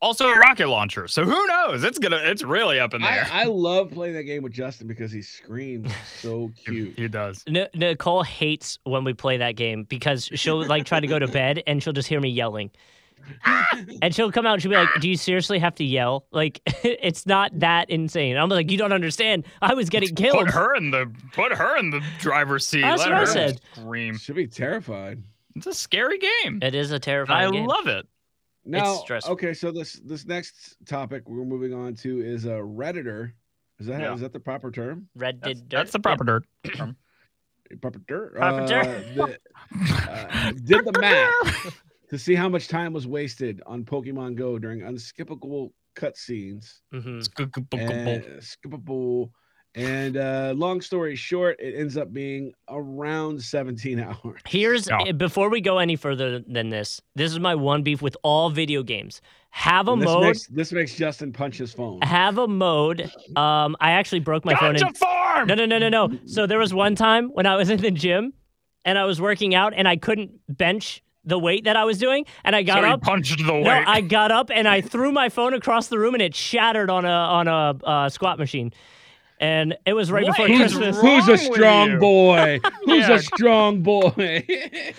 [SPEAKER 3] also a rocket launcher. So who knows? It's gonna it's really up in the air.
[SPEAKER 1] I, I love playing that game with Justin because he screams so cute.
[SPEAKER 3] He does.
[SPEAKER 2] N- Nicole hates when we play that game because she'll like try to go to bed and she'll just hear me yelling. and she'll come out and she'll be like, Do you seriously have to yell? Like, it's not that insane. I'm like, You don't understand. I was getting killed.
[SPEAKER 3] Put her in the put her in the driver's seat.
[SPEAKER 2] That's
[SPEAKER 3] Let
[SPEAKER 2] what I
[SPEAKER 3] her
[SPEAKER 2] said.
[SPEAKER 3] scream.
[SPEAKER 1] Should be terrified.
[SPEAKER 3] It's a scary game.
[SPEAKER 2] It is a
[SPEAKER 3] I
[SPEAKER 2] terrifying game.
[SPEAKER 3] love it.
[SPEAKER 1] Now,
[SPEAKER 2] stressful.
[SPEAKER 1] okay, so this this next topic we're moving on to is a redditor. Is that
[SPEAKER 3] Yeah.
[SPEAKER 1] is that the proper term?
[SPEAKER 2] Red
[SPEAKER 3] That's,
[SPEAKER 2] did dirt.
[SPEAKER 3] that's the proper dirt.
[SPEAKER 1] Proper dirt.
[SPEAKER 2] Proper dirt.
[SPEAKER 1] the- uh, did the math to see how much time was wasted on Pokemon Go during unskippable cutscenes,
[SPEAKER 2] Mhm.
[SPEAKER 3] Scoop-a-boop-a-boop.
[SPEAKER 1] and skippable, And uh, long story short, it ends up being around 17 hours.
[SPEAKER 2] Here's
[SPEAKER 3] No.
[SPEAKER 2] before we go any further than this. This is my one beef with all video games. Have a
[SPEAKER 1] And This
[SPEAKER 2] mode.
[SPEAKER 1] makes, this makes Justin punch his phone.
[SPEAKER 2] Have a mode. Um, I actually broke my phone. in-
[SPEAKER 3] Gotcha farm.
[SPEAKER 2] No, no, no, no, no. So there was one time when I was in the gym and I was working out and I couldn't bench the weight that I was doing. And I got
[SPEAKER 3] so he
[SPEAKER 2] up.
[SPEAKER 3] punched the
[SPEAKER 2] No,
[SPEAKER 3] weight.
[SPEAKER 2] I got up and I threw my phone across the room and it shattered on a on a uh, squat machine. And it was right
[SPEAKER 3] What
[SPEAKER 2] before
[SPEAKER 3] is
[SPEAKER 2] Christmas.
[SPEAKER 3] wrong
[SPEAKER 1] Who's a
[SPEAKER 3] with you?
[SPEAKER 1] strong boy? Who's
[SPEAKER 3] Yeah.
[SPEAKER 1] a strong boy?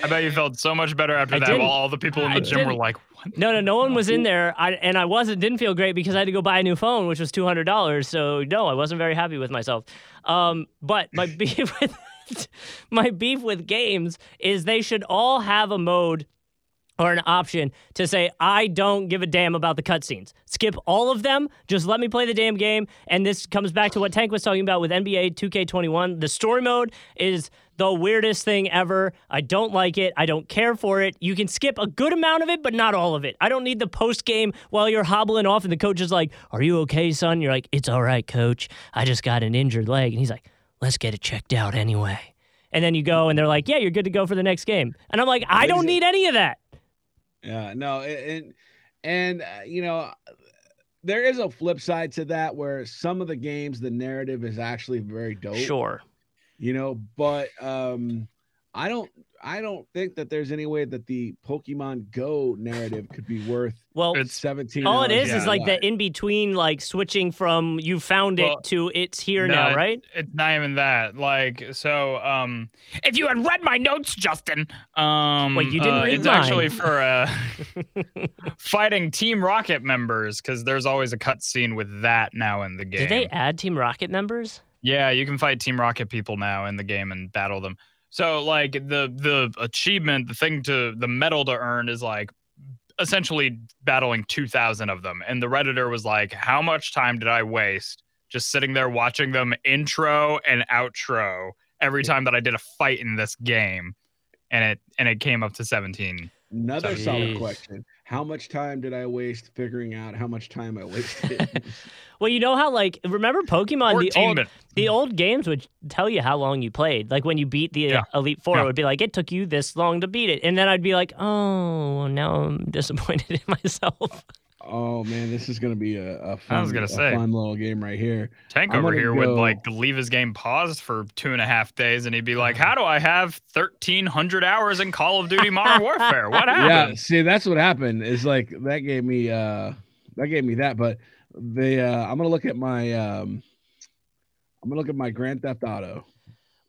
[SPEAKER 3] I bet you felt so much better after
[SPEAKER 2] I
[SPEAKER 3] that.
[SPEAKER 2] didn't.
[SPEAKER 3] While all the people in
[SPEAKER 2] I
[SPEAKER 3] the gym were
[SPEAKER 2] didn't.
[SPEAKER 3] like, "What?"
[SPEAKER 2] No, no, no one was
[SPEAKER 3] Oh.
[SPEAKER 2] in there. I, and I wasn't, didn't feel great because I had to go buy a new phone, which was $200. So, no, I wasn't very happy with myself. Um, but my beef with. My beef with games is they should all have a mode or an option to say, I don't give a damn about the cutscenes. Skip all of them. Just let me play the damn game. And this comes back to what Tank was talking about with NBA 2K21. The story mode is the weirdest thing ever. I don't like it. I don't care for it. You can skip a good amount of it, but not all of it. I don't need the post game while you're hobbling off and the coach is like, Are you okay, son? You're like, It's all right, coach. I just got an injured leg. And he's like, Let's get it checked out anyway. And then you go and they're like, Yeah, you're good to go for the next game. And I'm like, I don't
[SPEAKER 1] Amazing.
[SPEAKER 2] need any of that.
[SPEAKER 1] Yeah, no, and and uh, you know, there is a flip side to that where some of the games the narrative is actually very dope.
[SPEAKER 2] Sure.
[SPEAKER 1] You know, but um, I don't, I don't think that there's any way that the Pokemon Go narrative could be worth
[SPEAKER 2] Well,
[SPEAKER 3] It's-
[SPEAKER 1] seventeen.
[SPEAKER 2] all it
[SPEAKER 1] hours
[SPEAKER 2] is
[SPEAKER 1] of
[SPEAKER 2] is
[SPEAKER 1] your
[SPEAKER 2] like
[SPEAKER 1] life.
[SPEAKER 2] the in between, like switching from you found it
[SPEAKER 3] Well,
[SPEAKER 2] to it's here
[SPEAKER 3] no,
[SPEAKER 2] now,
[SPEAKER 3] it-
[SPEAKER 2] right?
[SPEAKER 3] It's not even that. Like, so, um, if you had read my notes, Justin, um,
[SPEAKER 2] Wait, you didn't
[SPEAKER 3] uh,
[SPEAKER 2] read
[SPEAKER 3] it's
[SPEAKER 2] mine.
[SPEAKER 3] actually for uh, fighting Team Rocket members because there's always a cutscene with that now in the game.
[SPEAKER 2] Did they add Team Rocket members?
[SPEAKER 3] Yeah, you can fight Team Rocket people now in the game and battle them. So like the the achievement, the thing to the medal to earn is like essentially battling 2000 of them and the redditor was like how much time did I waste just sitting there watching them intro and outro every time that I did a fight in this game and it and it came up to 17.
[SPEAKER 1] Another
[SPEAKER 3] Jeez.
[SPEAKER 1] solid question. How much time did I waste figuring out how much time I wasted?
[SPEAKER 2] Well, you know how like remember Pokemon
[SPEAKER 3] 14
[SPEAKER 2] the old
[SPEAKER 3] minutes.
[SPEAKER 2] the old games would tell you how long you played. Like when you beat the uh,
[SPEAKER 3] Yeah.
[SPEAKER 2] Elite Four,
[SPEAKER 3] Yeah.
[SPEAKER 2] it would be like it took you this long to beat it, and then I'd be like, oh, now I'm disappointed in myself.
[SPEAKER 1] oh man, this is gonna be a, a fun,
[SPEAKER 3] I was gonna
[SPEAKER 1] a
[SPEAKER 3] say.
[SPEAKER 1] fun little game right here.
[SPEAKER 3] Tank
[SPEAKER 1] I'm
[SPEAKER 3] over
[SPEAKER 1] gonna
[SPEAKER 3] here would
[SPEAKER 1] go-
[SPEAKER 3] like leave his game paused for two and a half days, and he'd be like, "How do I have thirteen hundred hours in Call of Duty Modern Warfare? What
[SPEAKER 1] yeah
[SPEAKER 3] happened?"
[SPEAKER 1] see that's what happened is like that gave me uh that gave me that but the uh i'm gonna look at my um i'm gonna look at my grand theft auto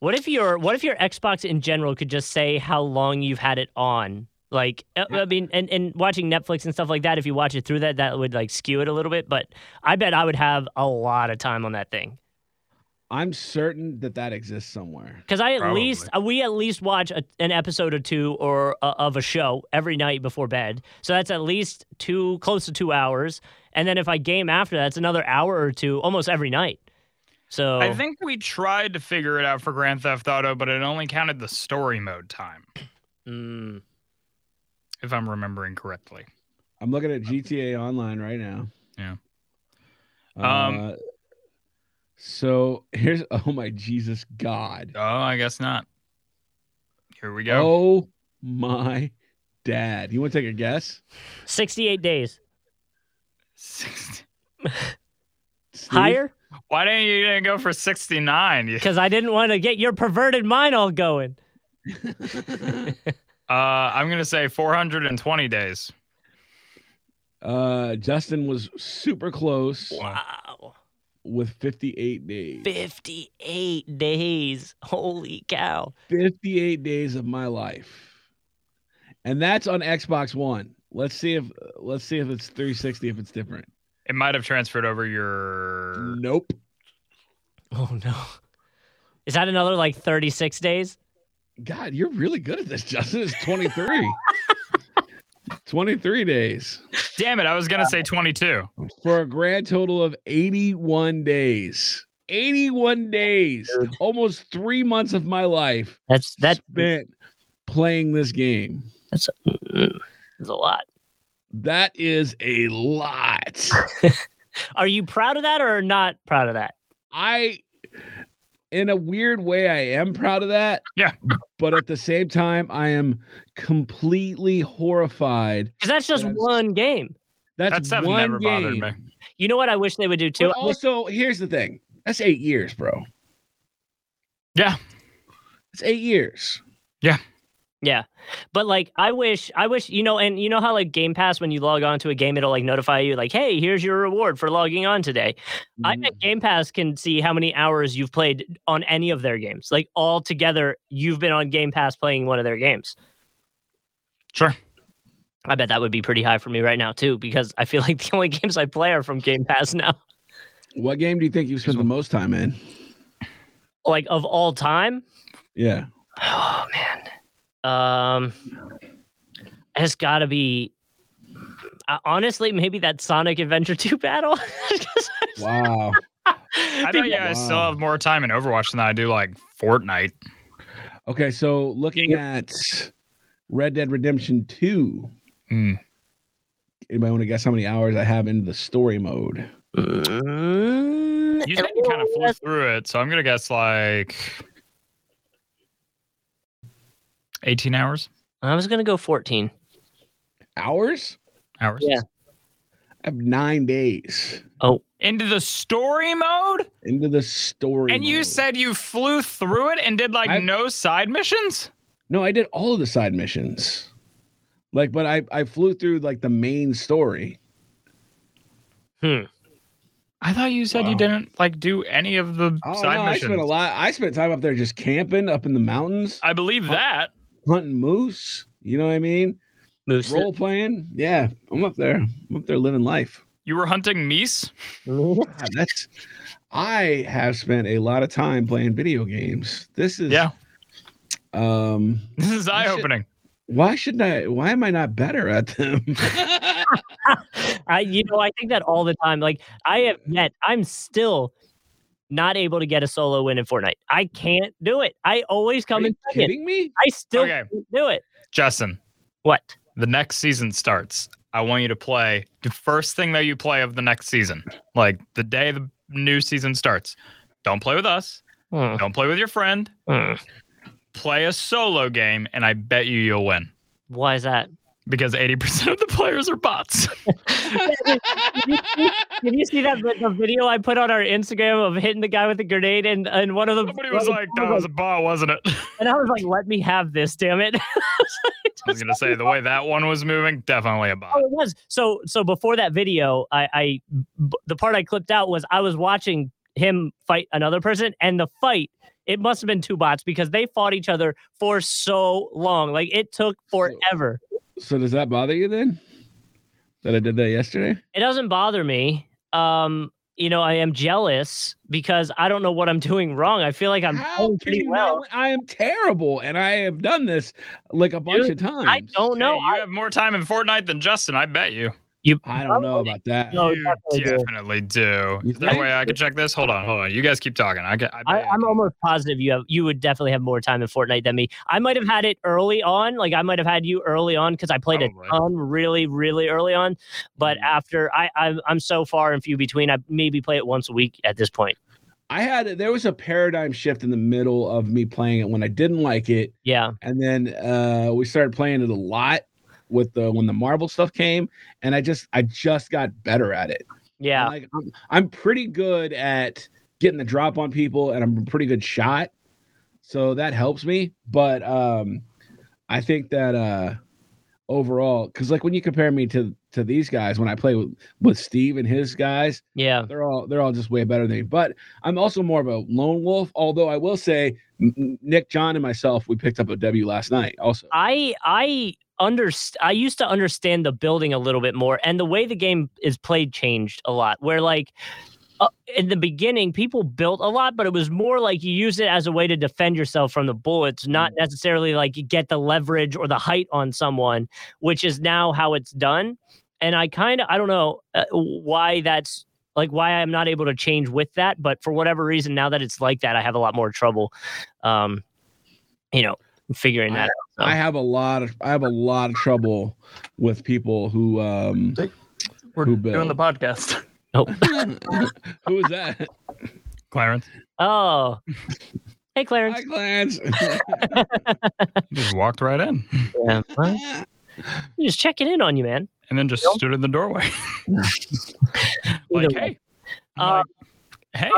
[SPEAKER 2] What if your What if your Xbox in general could just say how long you've had it on? Like, uh, I mean, and, and watching Netflix and stuff like that. If you watch it through that, that would like skew it a little bit. But I bet I would have a lot of time on that thing
[SPEAKER 1] i'm certain that that exists somewhere
[SPEAKER 2] because I at least uh, we at least watch a, an episode or two or uh, of a show every night before bed. So that's at least two, close to two hours. And then if I game after that, it's another hour or two almost every night. So
[SPEAKER 3] I think we tried to figure it out for Grand Theft Auto, but it only counted the story mode time,
[SPEAKER 2] mm,
[SPEAKER 3] if I'm remembering correctly.
[SPEAKER 1] i'm looking at gta online right now
[SPEAKER 3] Yeah.
[SPEAKER 1] Uh,
[SPEAKER 3] Um,
[SPEAKER 1] so here's oh my jesus god
[SPEAKER 3] Oh, I guess not. Here we go.
[SPEAKER 1] oh my dad you want to take a guess
[SPEAKER 2] sixty-eight days
[SPEAKER 1] Steve?
[SPEAKER 2] higher.
[SPEAKER 3] Why didn't you didn't go for sixty nine? You
[SPEAKER 2] because I didn't want to get your perverted mind all going.
[SPEAKER 3] Uh, I'm gonna say 420 days.
[SPEAKER 1] uh justin was super close
[SPEAKER 2] Wow.
[SPEAKER 1] with 58 days
[SPEAKER 2] 58 days. Holy cow.
[SPEAKER 1] 58 days of my life and that's on xbox one let's see if let's see if it's 360 if it's different
[SPEAKER 3] It might have transferred over your.
[SPEAKER 1] nope
[SPEAKER 2] Oh, no. Is that another like 36 days?
[SPEAKER 1] god you're really good at this justin it's 23 23 days
[SPEAKER 3] Damn it! I was gonna say 22.
[SPEAKER 1] for a grand total of 81 days 81 days almost three months of my life
[SPEAKER 2] That's that,
[SPEAKER 1] spent playing this game
[SPEAKER 2] that's a lot.
[SPEAKER 1] that is a lot
[SPEAKER 2] Are you proud of that or not proud of that?
[SPEAKER 1] I in a weird way, I am proud of that.
[SPEAKER 3] Yeah.
[SPEAKER 1] But at the same time, I am completely horrified.
[SPEAKER 2] Because that's just
[SPEAKER 1] Yes.
[SPEAKER 2] one game.
[SPEAKER 1] That's
[SPEAKER 3] That seven
[SPEAKER 1] one
[SPEAKER 3] never
[SPEAKER 1] game.
[SPEAKER 3] bothered me.
[SPEAKER 2] You know what I wish they would do too?
[SPEAKER 1] But also, here's the thing. That's eight years, bro.
[SPEAKER 3] Yeah.
[SPEAKER 1] It's eight years.
[SPEAKER 2] Yeah. But like I wish I wish you know and you know how like Game Pass when you log on to a game it'll like notify you like hey here's your reward for logging on today. I bet Game Pass can see how many hours you've played on any of their games. Like all together you've been on Game Pass playing one of their games.
[SPEAKER 3] Sure.
[SPEAKER 2] I bet that would be pretty high for me right now too because I feel like the only games I play are from Game Pass now.
[SPEAKER 1] Mm. What game do you think you spent the most time in?
[SPEAKER 2] Like of all time?
[SPEAKER 1] Yeah.
[SPEAKER 2] Oh man. Um it's got to be uh, honestly maybe that Sonic Adventure 2 battle. 'Cause
[SPEAKER 1] Wow.
[SPEAKER 3] I bet you
[SPEAKER 2] because-
[SPEAKER 3] guys
[SPEAKER 1] Wow.
[SPEAKER 3] still have more time in Overwatch than I do like Fortnite.
[SPEAKER 1] Okay, so looking at Red Dead Redemption 2,
[SPEAKER 3] Hmm.
[SPEAKER 1] anybody want to guess how many hours I have into the story mode?
[SPEAKER 2] Mm,
[SPEAKER 3] You
[SPEAKER 2] and
[SPEAKER 3] said you kind of
[SPEAKER 2] all
[SPEAKER 3] flew
[SPEAKER 2] that-
[SPEAKER 3] through it, so I'm gonna guess like 18 hours.
[SPEAKER 2] I was going to go 14.
[SPEAKER 1] Hours?
[SPEAKER 3] Hours.
[SPEAKER 2] Yeah.
[SPEAKER 1] I have nine days
[SPEAKER 3] Into the story mode,
[SPEAKER 1] into the story.
[SPEAKER 3] and you
[SPEAKER 1] mode.
[SPEAKER 3] said you flew through it and did like
[SPEAKER 1] I-
[SPEAKER 3] no side missions.
[SPEAKER 1] No, I did all of the side missions. Like, but I I flew through like the main story.
[SPEAKER 3] I thought you said
[SPEAKER 1] Wow.
[SPEAKER 3] you didn't like do any of the
[SPEAKER 1] Oh,
[SPEAKER 3] side
[SPEAKER 1] no, I
[SPEAKER 3] missions.
[SPEAKER 1] spent a lot. I spent time up there just camping up in the mountains,
[SPEAKER 3] I believe that.
[SPEAKER 1] hunting moose. You know what I mean?
[SPEAKER 2] Moose.
[SPEAKER 1] Role playing. Yeah, I'm up there. I'm up there living life.
[SPEAKER 3] You were hunting meese.
[SPEAKER 1] God, that's. I have spent a lot of time playing video games. This is
[SPEAKER 3] Yeah.
[SPEAKER 1] Um.
[SPEAKER 3] This is eye opening.
[SPEAKER 1] Why shouldn't I? Why am I not better at them?
[SPEAKER 2] I you know, I think that all the time like I have yet I'm still not able to get a solo win in Fortnite. I can't do it. I always
[SPEAKER 1] Are
[SPEAKER 2] come
[SPEAKER 1] you
[SPEAKER 2] in second.
[SPEAKER 1] kidding me?
[SPEAKER 2] I still
[SPEAKER 3] Okay.
[SPEAKER 2] can't do it.
[SPEAKER 3] Justin,
[SPEAKER 2] What?
[SPEAKER 3] the next season starts. I want you to play the first thing that you play of the next season, like the day the new season starts. Don't play with us.
[SPEAKER 2] Hmm,
[SPEAKER 3] Don't play with your friend.
[SPEAKER 2] hmm.
[SPEAKER 3] Play a solo game, and I bet you you'll win
[SPEAKER 2] Why is that?
[SPEAKER 3] because 80% of the players are bots.
[SPEAKER 2] Did you see that vi- the video I put on our Instagram of hitting the guy with the grenade and and one of them
[SPEAKER 3] Somebody was like, that was a bot, wasn't it? I
[SPEAKER 2] and I was like, let me have this, damn it.
[SPEAKER 3] was going to say, the way that one was moving, definitely a
[SPEAKER 2] Oh,
[SPEAKER 3] bot.
[SPEAKER 2] it was. So so before that video, I, I b- the part I clipped out was I was watching him fight another person, and the fight it must have been two bots because they fought each other for so long. Like it took forever.
[SPEAKER 1] So does that bother you then? That I did that yesterday?
[SPEAKER 2] It doesn't bother me. Um, you know, I am jealous because I don't know what I'm doing wrong. I feel like I'm doing
[SPEAKER 1] can
[SPEAKER 2] pretty
[SPEAKER 1] you
[SPEAKER 2] well.
[SPEAKER 1] know I am terrible, and I have done this like a bunch
[SPEAKER 2] Dude,
[SPEAKER 1] of times.
[SPEAKER 2] Oh, I don't know.
[SPEAKER 3] Hey, you have more time in Fortnite than Justin, I bet you.
[SPEAKER 2] you
[SPEAKER 1] I don't know about that.
[SPEAKER 2] No,
[SPEAKER 3] you
[SPEAKER 2] definitely do.
[SPEAKER 3] definitely do.
[SPEAKER 1] You
[SPEAKER 3] Is there a
[SPEAKER 1] think?
[SPEAKER 3] way I can check this? Hold on, hold on. You guys keep talking. I, can, I, bet
[SPEAKER 2] I,
[SPEAKER 3] you
[SPEAKER 2] I'm
[SPEAKER 3] can.
[SPEAKER 2] almost positive you have you would definitely have more time in Fortnite than me. I might have had it early on, like I might have had you early on because I played
[SPEAKER 3] Probably.
[SPEAKER 2] a ton really, really early on. But after I, I'm I'm so far and few between. I maybe play it once a week at this point.
[SPEAKER 1] I had there was a paradigm shift in the middle of me playing it when I didn't like it,
[SPEAKER 2] Yeah,
[SPEAKER 1] and then uh, we started playing it a lot with the when the Marvel stuff came, and I just I just got better at it.
[SPEAKER 2] yeah.
[SPEAKER 1] Like I'm, I'm pretty good at getting the drop on people and I'm a pretty good shot. So that helps me. But um I think that uh overall, because like when you compare me to to these guys, when I play with, with Steve and his guys,
[SPEAKER 2] yeah,
[SPEAKER 1] they're all they're all just way better than me. But I'm also more of a lone wolf, although I will say N- N- Nick, John, and myself, we picked up a W last night also.
[SPEAKER 2] I I underst- I used to understand the building a little bit more and the way the game is played changed a lot where like uh, in the beginning people built a lot but it was more like you use it as a way to defend yourself from the bullets not necessarily like you get the leverage or the height on someone which is now how it's done and I kind of I don't know uh, why that's like why I'm not able to change with that but for whatever reason now that it's like that I have a lot more trouble um you know figuring that Oh.
[SPEAKER 1] I have a lot of I have a lot of trouble with people who um
[SPEAKER 4] We're
[SPEAKER 1] Who
[SPEAKER 4] doing
[SPEAKER 1] built?
[SPEAKER 4] the podcast.
[SPEAKER 1] Who was that?
[SPEAKER 3] Clarence.
[SPEAKER 2] Oh. Hey, Clarence.
[SPEAKER 1] Hi, Clarence.
[SPEAKER 3] He just walked right in
[SPEAKER 2] I'm just checking in on you, man.
[SPEAKER 3] and then just stood in the doorway.
[SPEAKER 2] Either
[SPEAKER 3] like,
[SPEAKER 2] way.
[SPEAKER 3] hey.
[SPEAKER 2] Uh,
[SPEAKER 3] Like, hey.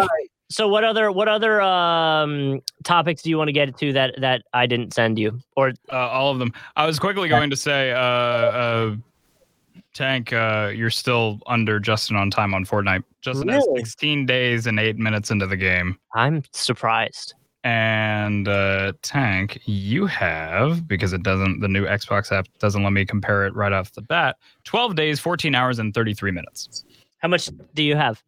[SPEAKER 2] So, what other what other um topics do you want to get to that that I didn't send you? Or
[SPEAKER 3] Uh, all of them. I was quickly going to say, uh, uh, Tank, uh, you're still under Justin on time on Fortnite. Justin has
[SPEAKER 2] Really?
[SPEAKER 3] 16 days and eight minutes into the game.
[SPEAKER 2] I'm surprised.
[SPEAKER 3] And uh, Tank, you have because it doesn't. The new Xbox app doesn't let me compare it right off the bat. 12 days, 14 hours, and 33 minutes.
[SPEAKER 2] How much do you have?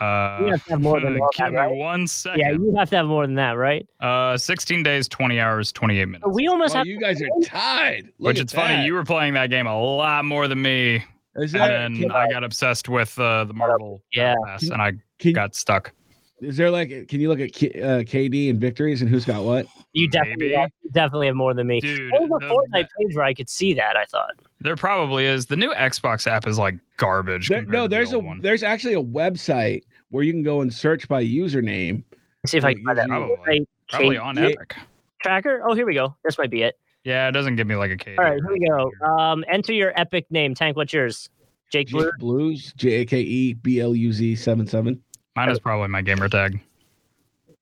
[SPEAKER 3] Uh,
[SPEAKER 2] You have to have more than all
[SPEAKER 3] give
[SPEAKER 2] that,
[SPEAKER 3] me
[SPEAKER 2] right?
[SPEAKER 3] one
[SPEAKER 2] Yeah,
[SPEAKER 3] second.
[SPEAKER 2] you have to have more than that, right?
[SPEAKER 3] Uh, 16 days, 20 hours, 28 minutes.
[SPEAKER 2] So Oh, we almost
[SPEAKER 1] Well,
[SPEAKER 2] have.
[SPEAKER 1] Oh, you guys are tied. Look
[SPEAKER 3] Which
[SPEAKER 1] at
[SPEAKER 3] it's funny,
[SPEAKER 1] that.
[SPEAKER 3] you were playing that game a lot more than me.
[SPEAKER 1] Is
[SPEAKER 3] and
[SPEAKER 1] there,
[SPEAKER 3] then
[SPEAKER 1] can,
[SPEAKER 3] I got obsessed with uh, the Marvel
[SPEAKER 2] Yeah.
[SPEAKER 3] pass, and I
[SPEAKER 1] can-
[SPEAKER 3] got stuck.
[SPEAKER 1] is there like can you look at K, uh, KD and victories and who's got what?
[SPEAKER 2] You definitely
[SPEAKER 3] Maybe.
[SPEAKER 2] have, you definitely have more than me.
[SPEAKER 3] Dude,
[SPEAKER 2] There was a
[SPEAKER 3] the-
[SPEAKER 2] Fortnite page where I could see that. I thought.
[SPEAKER 3] There probably is. The new Xbox app is like garbage.
[SPEAKER 1] There-
[SPEAKER 3] compared
[SPEAKER 1] no,
[SPEAKER 3] to the
[SPEAKER 1] there's a
[SPEAKER 3] old one.
[SPEAKER 1] there's actually a website where you can go and search by username.
[SPEAKER 2] Let's see if
[SPEAKER 1] Oh,
[SPEAKER 2] I can find that.
[SPEAKER 1] you-
[SPEAKER 2] Fortnite
[SPEAKER 3] probably
[SPEAKER 2] cake
[SPEAKER 3] on
[SPEAKER 1] Yeah.
[SPEAKER 3] Epic.
[SPEAKER 2] tracker. Oh, here we go. This might be it.
[SPEAKER 3] Yeah, it doesn't give me like a case.
[SPEAKER 2] All right, here we go. Um, enter your epic name. Tank, what's yours? Jake Blue.
[SPEAKER 1] Jake Blues, J A K E B L U Z seven seven.
[SPEAKER 3] Mine is probably my gamer tag.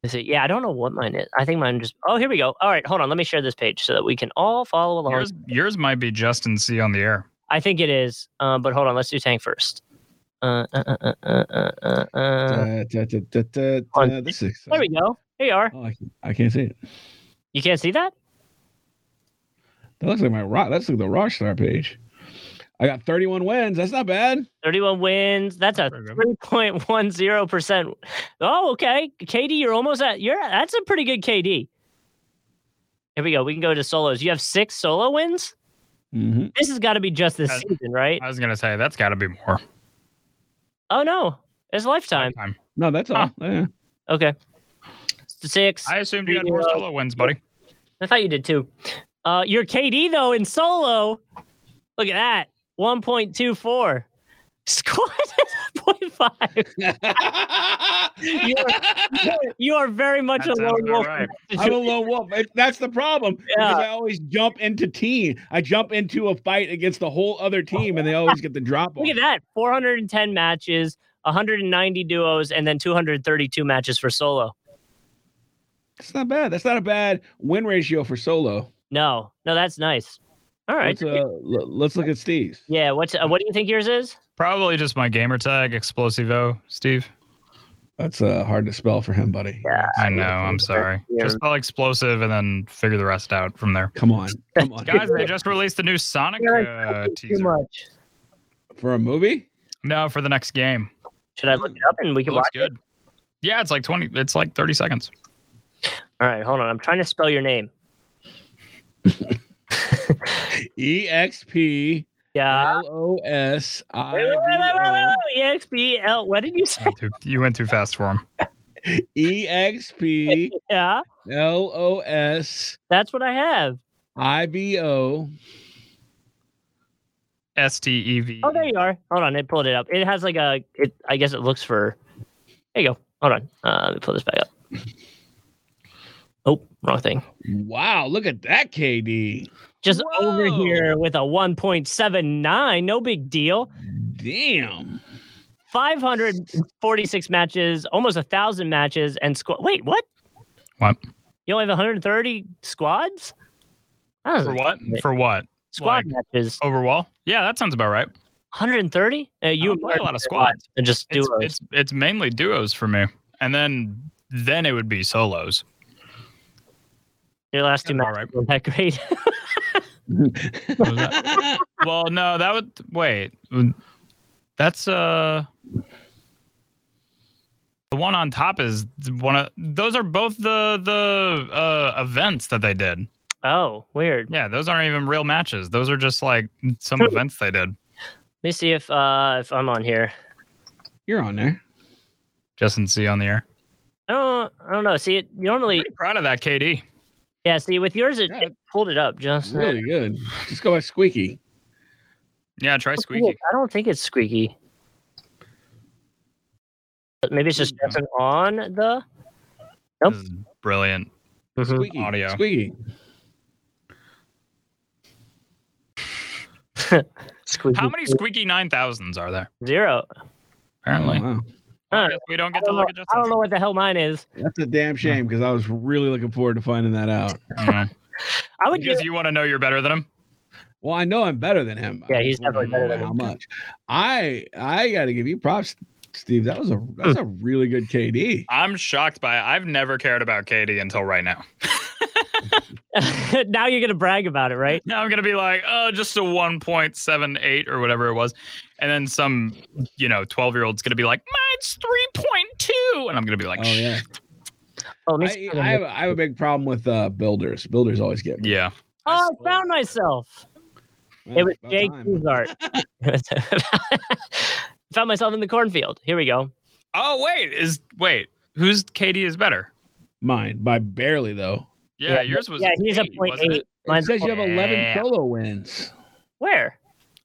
[SPEAKER 2] Is it? Yeah, I don't know what mine is. I think mine just. Oh, here we go. All right, hold on. Let me share this page so that we can all follow along.
[SPEAKER 3] Yours, yours might be Justin C on the air.
[SPEAKER 2] I think it is. Um, but hold on. Let's do tank first. Uh, uh, uh, uh, uh, uh, uh, uh.
[SPEAKER 1] Uh, da- da- da- da-
[SPEAKER 3] Oh,
[SPEAKER 2] on.
[SPEAKER 1] da- This is
[SPEAKER 2] There we
[SPEAKER 1] exciting.
[SPEAKER 2] go. Here you are.
[SPEAKER 1] Oh, I, can- I can't see it.
[SPEAKER 2] You can't see that?
[SPEAKER 1] That looks like my rock. That's like the Rockstar page. I got 31 wins. That's not bad.
[SPEAKER 2] 31 wins. That's a
[SPEAKER 3] Pretty good.
[SPEAKER 2] 3.10%. Oh, okay. KD, you're almost at you're that's a pretty good KD. Here we go. We can go to solos. You have six solo wins?
[SPEAKER 1] hmm
[SPEAKER 2] This has got to be just this
[SPEAKER 3] That's-
[SPEAKER 2] season, right?
[SPEAKER 3] I was gonna say that's got to be more
[SPEAKER 2] Oh no. It's lifetime.
[SPEAKER 3] time.
[SPEAKER 1] No, that's all. Yeah.
[SPEAKER 2] Okay. Six. I,
[SPEAKER 3] I assumed you had more solo wins, buddy.
[SPEAKER 2] thought you did too. Uh your KD though in solo. Look at that. 1.24. Squad 0.5. You are very much
[SPEAKER 3] That
[SPEAKER 2] a
[SPEAKER 3] sounds
[SPEAKER 2] lone
[SPEAKER 3] about
[SPEAKER 2] wolf.
[SPEAKER 3] right.
[SPEAKER 1] I'm a lone wolf. It- That's the problem.
[SPEAKER 2] Yeah.
[SPEAKER 1] Because I always jump into team. I jump into a fight against the whole other team, and they always get the drop off.
[SPEAKER 2] Look at that 410 matches, 190 duos, and then 232 matches for solo.
[SPEAKER 1] That's not bad. That's not a bad win ratio for solo.
[SPEAKER 2] No, no, that's nice. All right.
[SPEAKER 1] Let's, uh, l- let's look at Steve's.
[SPEAKER 2] yeah. What's uh, what do you think yours is?
[SPEAKER 3] Probably just my gamer tag, Explosivo, Steve.
[SPEAKER 1] That's uh, hard to spell for him, buddy.
[SPEAKER 2] Yeah.
[SPEAKER 3] I know. I'm sorry.
[SPEAKER 2] Yeah.
[SPEAKER 3] Just spell explosive and then figure the rest out from there.
[SPEAKER 1] Come on, come on,
[SPEAKER 3] Guys, they just released the new Sonic uh,
[SPEAKER 2] Too
[SPEAKER 3] teaser.
[SPEAKER 2] much.
[SPEAKER 1] for a movie.
[SPEAKER 3] No, for the next game.
[SPEAKER 2] Should I look it up and we
[SPEAKER 3] It
[SPEAKER 2] can
[SPEAKER 3] looks
[SPEAKER 2] watch
[SPEAKER 3] good. Yeah, it's like 20, it's like 30 seconds.
[SPEAKER 2] it? All right. Hold on. I'm trying to spell your name.
[SPEAKER 1] E X P
[SPEAKER 2] Yeah. E
[SPEAKER 1] L O S I
[SPEAKER 2] Wait, wait, wait, wait, wait, wait,
[SPEAKER 1] V
[SPEAKER 2] wait. EXPL. What did you say?
[SPEAKER 3] Went too- you went too fast for him.
[SPEAKER 1] O E X P
[SPEAKER 2] Yeah.
[SPEAKER 1] L O S
[SPEAKER 2] That's what I have.
[SPEAKER 1] I V O.
[SPEAKER 3] S T E V.
[SPEAKER 2] Oh, there you are. Hold on. It pulled it up. It has like a. It. I guess it looks for. There you go. Hold on. Uh, let me pull this back up. Oh, wrong thing.
[SPEAKER 1] Wow, look at that, KD.
[SPEAKER 2] just over
[SPEAKER 1] Whoa.
[SPEAKER 2] here with a 1.79. No big deal.
[SPEAKER 1] Damn.
[SPEAKER 2] 546 matches, almost a thousand matches, and squad. Wait, what?
[SPEAKER 3] What?
[SPEAKER 2] You only have 130 squads? That
[SPEAKER 3] For
[SPEAKER 2] doesn't-
[SPEAKER 3] what? For what?
[SPEAKER 2] Squad
[SPEAKER 3] Like-
[SPEAKER 2] matches.
[SPEAKER 3] Overwall? Yeah, that sounds about right.
[SPEAKER 2] 130? Uh, you
[SPEAKER 3] don't play Oh, a lot of squads.
[SPEAKER 2] And just do
[SPEAKER 3] It's, it's it's mainly duos for me, and then then it would be solos.
[SPEAKER 2] your last two
[SPEAKER 3] it's all
[SPEAKER 2] matches. weren't That great.
[SPEAKER 3] What was that? well, no, that would wait. That's uh the one on top is one of those are both the the uh events that they did.
[SPEAKER 2] oh, weird. Let
[SPEAKER 3] Yeah, those aren't even real matches. Those are just like some
[SPEAKER 2] True.
[SPEAKER 3] events they did.
[SPEAKER 2] me see if uh if I'm on here.
[SPEAKER 1] You're on there.
[SPEAKER 3] Justin C on the air.
[SPEAKER 2] I don't, I don't know. See, it normally,
[SPEAKER 3] Pretty proud of that, KD.
[SPEAKER 2] yeah. See, with yours, it,
[SPEAKER 1] Yeah.
[SPEAKER 2] it pulled it up just. uh,
[SPEAKER 1] Really good. Just go by Squeaky.
[SPEAKER 3] Yeah, try
[SPEAKER 2] I don't
[SPEAKER 3] squeaky.
[SPEAKER 2] think it- I don't think it's squeaky. Maybe it's just Jensen on the. Nope.
[SPEAKER 3] This is brilliant.
[SPEAKER 2] Mhm.
[SPEAKER 1] Squeaky.
[SPEAKER 3] Audio.
[SPEAKER 1] Squeaky.
[SPEAKER 2] Squeaky
[SPEAKER 3] How many squeaky nine thousands are there?
[SPEAKER 2] zero?
[SPEAKER 3] Apparently,
[SPEAKER 1] Oh, wow.
[SPEAKER 2] Huh.
[SPEAKER 3] we don't
[SPEAKER 2] I
[SPEAKER 3] get to
[SPEAKER 2] don't, know,
[SPEAKER 3] look at
[SPEAKER 2] I don't
[SPEAKER 3] Justin's.
[SPEAKER 2] know what the hell mine is.
[SPEAKER 1] That's a damn shame because I was really looking forward to finding that out.
[SPEAKER 3] Yeah.
[SPEAKER 2] I would
[SPEAKER 3] Because
[SPEAKER 2] just.
[SPEAKER 3] you want to know you're better than him.
[SPEAKER 1] Well, I know I'm better than him.
[SPEAKER 2] Yeah,
[SPEAKER 1] I
[SPEAKER 2] he's
[SPEAKER 1] just wanna
[SPEAKER 2] definitely better
[SPEAKER 1] know
[SPEAKER 2] than
[SPEAKER 1] how
[SPEAKER 2] him.
[SPEAKER 1] much. I I got to give you props, Steve. That was a that's a really good KD.
[SPEAKER 3] I'm shocked by it. I've never cared about Katie until right now.
[SPEAKER 2] now you're gonna brag about it, right?
[SPEAKER 3] Now I'm gonna be like, oh, just a 1.78 or whatever it was, and then some, you know, 12 year old's gonna be like, mine's 3.2, and I'm gonna be like,
[SPEAKER 1] Oh yeah,
[SPEAKER 2] Oh, let me
[SPEAKER 3] e,
[SPEAKER 1] I,
[SPEAKER 2] see.
[SPEAKER 1] I, have, I have a big problem with uh, builders. Builders always get. me.
[SPEAKER 3] yeah.
[SPEAKER 2] oh, I found myself.
[SPEAKER 1] Well,
[SPEAKER 2] It was
[SPEAKER 1] Mm, about
[SPEAKER 2] Jake
[SPEAKER 1] time.
[SPEAKER 2] Kuzart. found myself in the cornfield. Here we go.
[SPEAKER 3] Oh wait, is wait, who's Katie is better?
[SPEAKER 1] Mine by barely though.
[SPEAKER 3] Yeah, yours was.
[SPEAKER 2] Yeah, he's a
[SPEAKER 3] eight,
[SPEAKER 2] point
[SPEAKER 3] wasn't it?
[SPEAKER 2] eight.
[SPEAKER 1] It
[SPEAKER 2] Mine's
[SPEAKER 1] says you have 11
[SPEAKER 3] Yeah.
[SPEAKER 1] solo wins.
[SPEAKER 2] Where?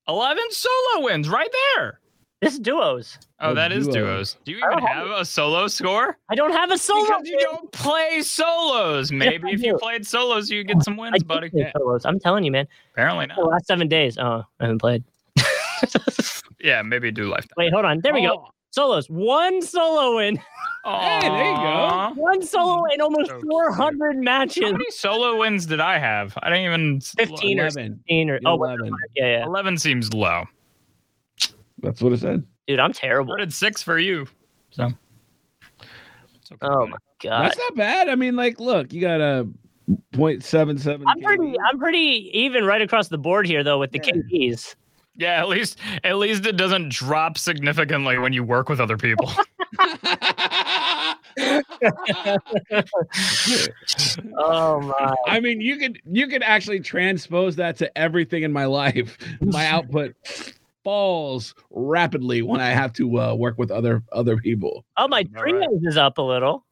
[SPEAKER 3] 11 solo wins right there.
[SPEAKER 2] This is duos.
[SPEAKER 3] Oh,
[SPEAKER 1] Oh,
[SPEAKER 3] that is
[SPEAKER 1] duos.
[SPEAKER 3] duos. Do you
[SPEAKER 2] I
[SPEAKER 3] even
[SPEAKER 2] don't
[SPEAKER 3] have a solo score?
[SPEAKER 2] I don't have a solo.
[SPEAKER 3] Because you don't play solos. Maybe
[SPEAKER 2] I
[SPEAKER 3] if you
[SPEAKER 2] do.
[SPEAKER 3] played solos, you get some
[SPEAKER 2] I
[SPEAKER 3] wins,
[SPEAKER 2] did
[SPEAKER 3] buddy.
[SPEAKER 2] play solos. I'm telling you, man.
[SPEAKER 3] Apparently
[SPEAKER 2] The
[SPEAKER 3] not.
[SPEAKER 2] last seven days. Oh, I haven't played.
[SPEAKER 3] Yeah, maybe do lifetime.
[SPEAKER 2] Wait, hold on. There we
[SPEAKER 3] Oh.
[SPEAKER 1] Oh,
[SPEAKER 2] go. Solos. One solo win.
[SPEAKER 1] Hey, there you go.
[SPEAKER 3] Aw.
[SPEAKER 2] One solo in almost
[SPEAKER 1] Oh,
[SPEAKER 3] So cute.
[SPEAKER 2] 400
[SPEAKER 3] How
[SPEAKER 2] matches.
[SPEAKER 3] many solo wins did I have? I didn't even.
[SPEAKER 2] 15 or
[SPEAKER 1] 11.
[SPEAKER 2] 16 or, oh, wait,
[SPEAKER 1] 11.
[SPEAKER 2] yeah, yeah.
[SPEAKER 3] 11 seems low.
[SPEAKER 1] That's what it said.
[SPEAKER 2] Dude, I'm terrible.
[SPEAKER 3] Started six for you. So. It's okay,
[SPEAKER 2] Oh
[SPEAKER 3] buddy.
[SPEAKER 2] my god.
[SPEAKER 1] That's not bad. I mean, like, look, you got a 0.77.
[SPEAKER 2] I'm pretty.
[SPEAKER 1] KD.
[SPEAKER 2] I'm pretty even right across the board here, though, with the
[SPEAKER 1] Yeah.
[SPEAKER 2] KDs.
[SPEAKER 3] Yeah, at least at least it doesn't drop significantly when you work with other people.
[SPEAKER 2] Oh my.
[SPEAKER 1] I mean, you could you could actually transpose that to everything in my life. My output falls rapidly when I have to uh, work with other other people.
[SPEAKER 2] Oh, my
[SPEAKER 3] Am I right?
[SPEAKER 2] trios is up a little.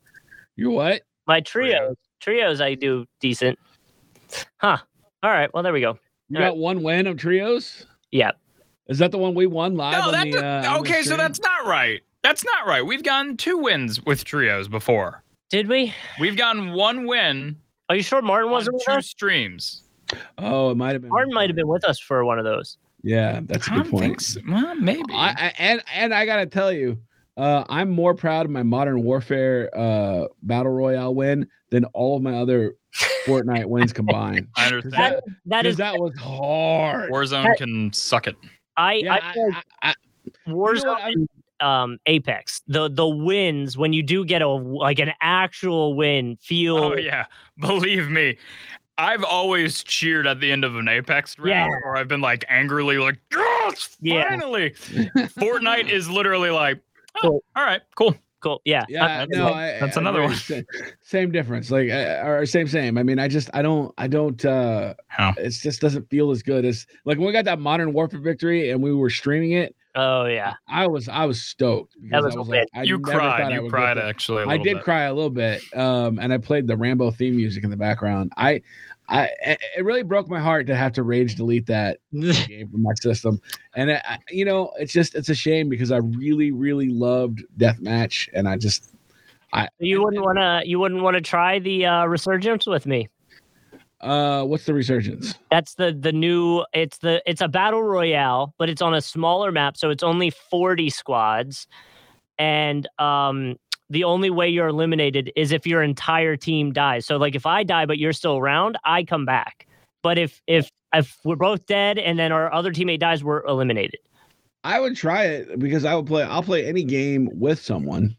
[SPEAKER 1] You're what?
[SPEAKER 2] My trios, trios, I do decent. Huh. All right. Well, there we go.
[SPEAKER 1] You
[SPEAKER 2] All right.
[SPEAKER 1] got one win of trios?
[SPEAKER 2] Yeah.
[SPEAKER 1] Is that the one we won live?
[SPEAKER 3] no,
[SPEAKER 1] on
[SPEAKER 3] that
[SPEAKER 1] the,
[SPEAKER 3] does-
[SPEAKER 1] uh, on the
[SPEAKER 3] okay, so
[SPEAKER 1] stream?
[SPEAKER 3] that's not right. That's not right. We've gotten two wins with trios before.
[SPEAKER 2] Did we?
[SPEAKER 3] We've gotten one win
[SPEAKER 2] Are you sure Martin
[SPEAKER 3] on
[SPEAKER 2] wasn't with
[SPEAKER 3] two
[SPEAKER 2] us?
[SPEAKER 3] streams.
[SPEAKER 1] oh, it might have been.
[SPEAKER 2] Martin might have been with us for one of those.
[SPEAKER 1] Yeah, that's a
[SPEAKER 3] I
[SPEAKER 1] good
[SPEAKER 3] don't
[SPEAKER 1] point.
[SPEAKER 3] think so. Well, maybe.
[SPEAKER 1] I, I and and I gotta tell you, uh, I'm more proud of my Modern Warfare uh, battle royale win than all of my other Fortnite wins combined.
[SPEAKER 3] I
[SPEAKER 1] 'Cause
[SPEAKER 3] understand.
[SPEAKER 1] That,
[SPEAKER 2] That
[SPEAKER 1] 'cause
[SPEAKER 2] is,
[SPEAKER 1] that was hard.
[SPEAKER 3] Warzone
[SPEAKER 2] that-
[SPEAKER 3] can suck it.
[SPEAKER 2] I,
[SPEAKER 1] Yeah,
[SPEAKER 2] I feel like
[SPEAKER 1] I, I,
[SPEAKER 2] Warzone
[SPEAKER 1] what, I-
[SPEAKER 2] and, um, Apex. The the wins when you do get a like an actual win feel.
[SPEAKER 3] Oh yeah, believe me. I've always cheered at the end of an Apex round,
[SPEAKER 2] Yeah.
[SPEAKER 3] or I've been like angrily like, yes,
[SPEAKER 2] Yeah.
[SPEAKER 3] finally. Fortnite is literally like, "Oh,
[SPEAKER 2] Cool.
[SPEAKER 3] all right, cool.
[SPEAKER 2] Cool. Yeah.
[SPEAKER 1] yeah,
[SPEAKER 3] that's
[SPEAKER 1] no,
[SPEAKER 3] like-
[SPEAKER 1] I,
[SPEAKER 3] that's
[SPEAKER 1] I
[SPEAKER 3] another
[SPEAKER 1] agree.
[SPEAKER 3] one.
[SPEAKER 1] Sa- Same difference, like uh, or same same. I mean, I just I don't I don't. uh
[SPEAKER 3] How?
[SPEAKER 1] It just doesn't feel as good as like when we got that Modern Warfare victory and we were streaming it.
[SPEAKER 2] Oh yeah.
[SPEAKER 1] I was I was stoked. because
[SPEAKER 2] was
[SPEAKER 1] I
[SPEAKER 2] a
[SPEAKER 1] like, I
[SPEAKER 3] you
[SPEAKER 1] never thought
[SPEAKER 3] cried.
[SPEAKER 1] I
[SPEAKER 3] You
[SPEAKER 1] would get
[SPEAKER 3] cried
[SPEAKER 1] that.
[SPEAKER 3] actually. I
[SPEAKER 1] I did cry a little bit, um, and I played the Rambo theme music in the background. I, I, it- it really broke my heart to have to rage delete that game from my system, and I, I- you know, it's just it's a shame because I really, really loved Deathmatch, and I just,
[SPEAKER 2] You wouldn't want to. You wouldn't want to try the uh, resurgence with me.
[SPEAKER 1] uh, what's the resurgence?
[SPEAKER 2] That's the the new. It's the it's a battle royale, but it's on a smaller map, so it's only forty squads, and um, the only way you're eliminated is if your entire team dies. So like if I die, but you're still around, I come back. But if if if we're both dead and then our other teammate dies, we're eliminated.
[SPEAKER 1] I would try it because I would play. I'll play any game with someone.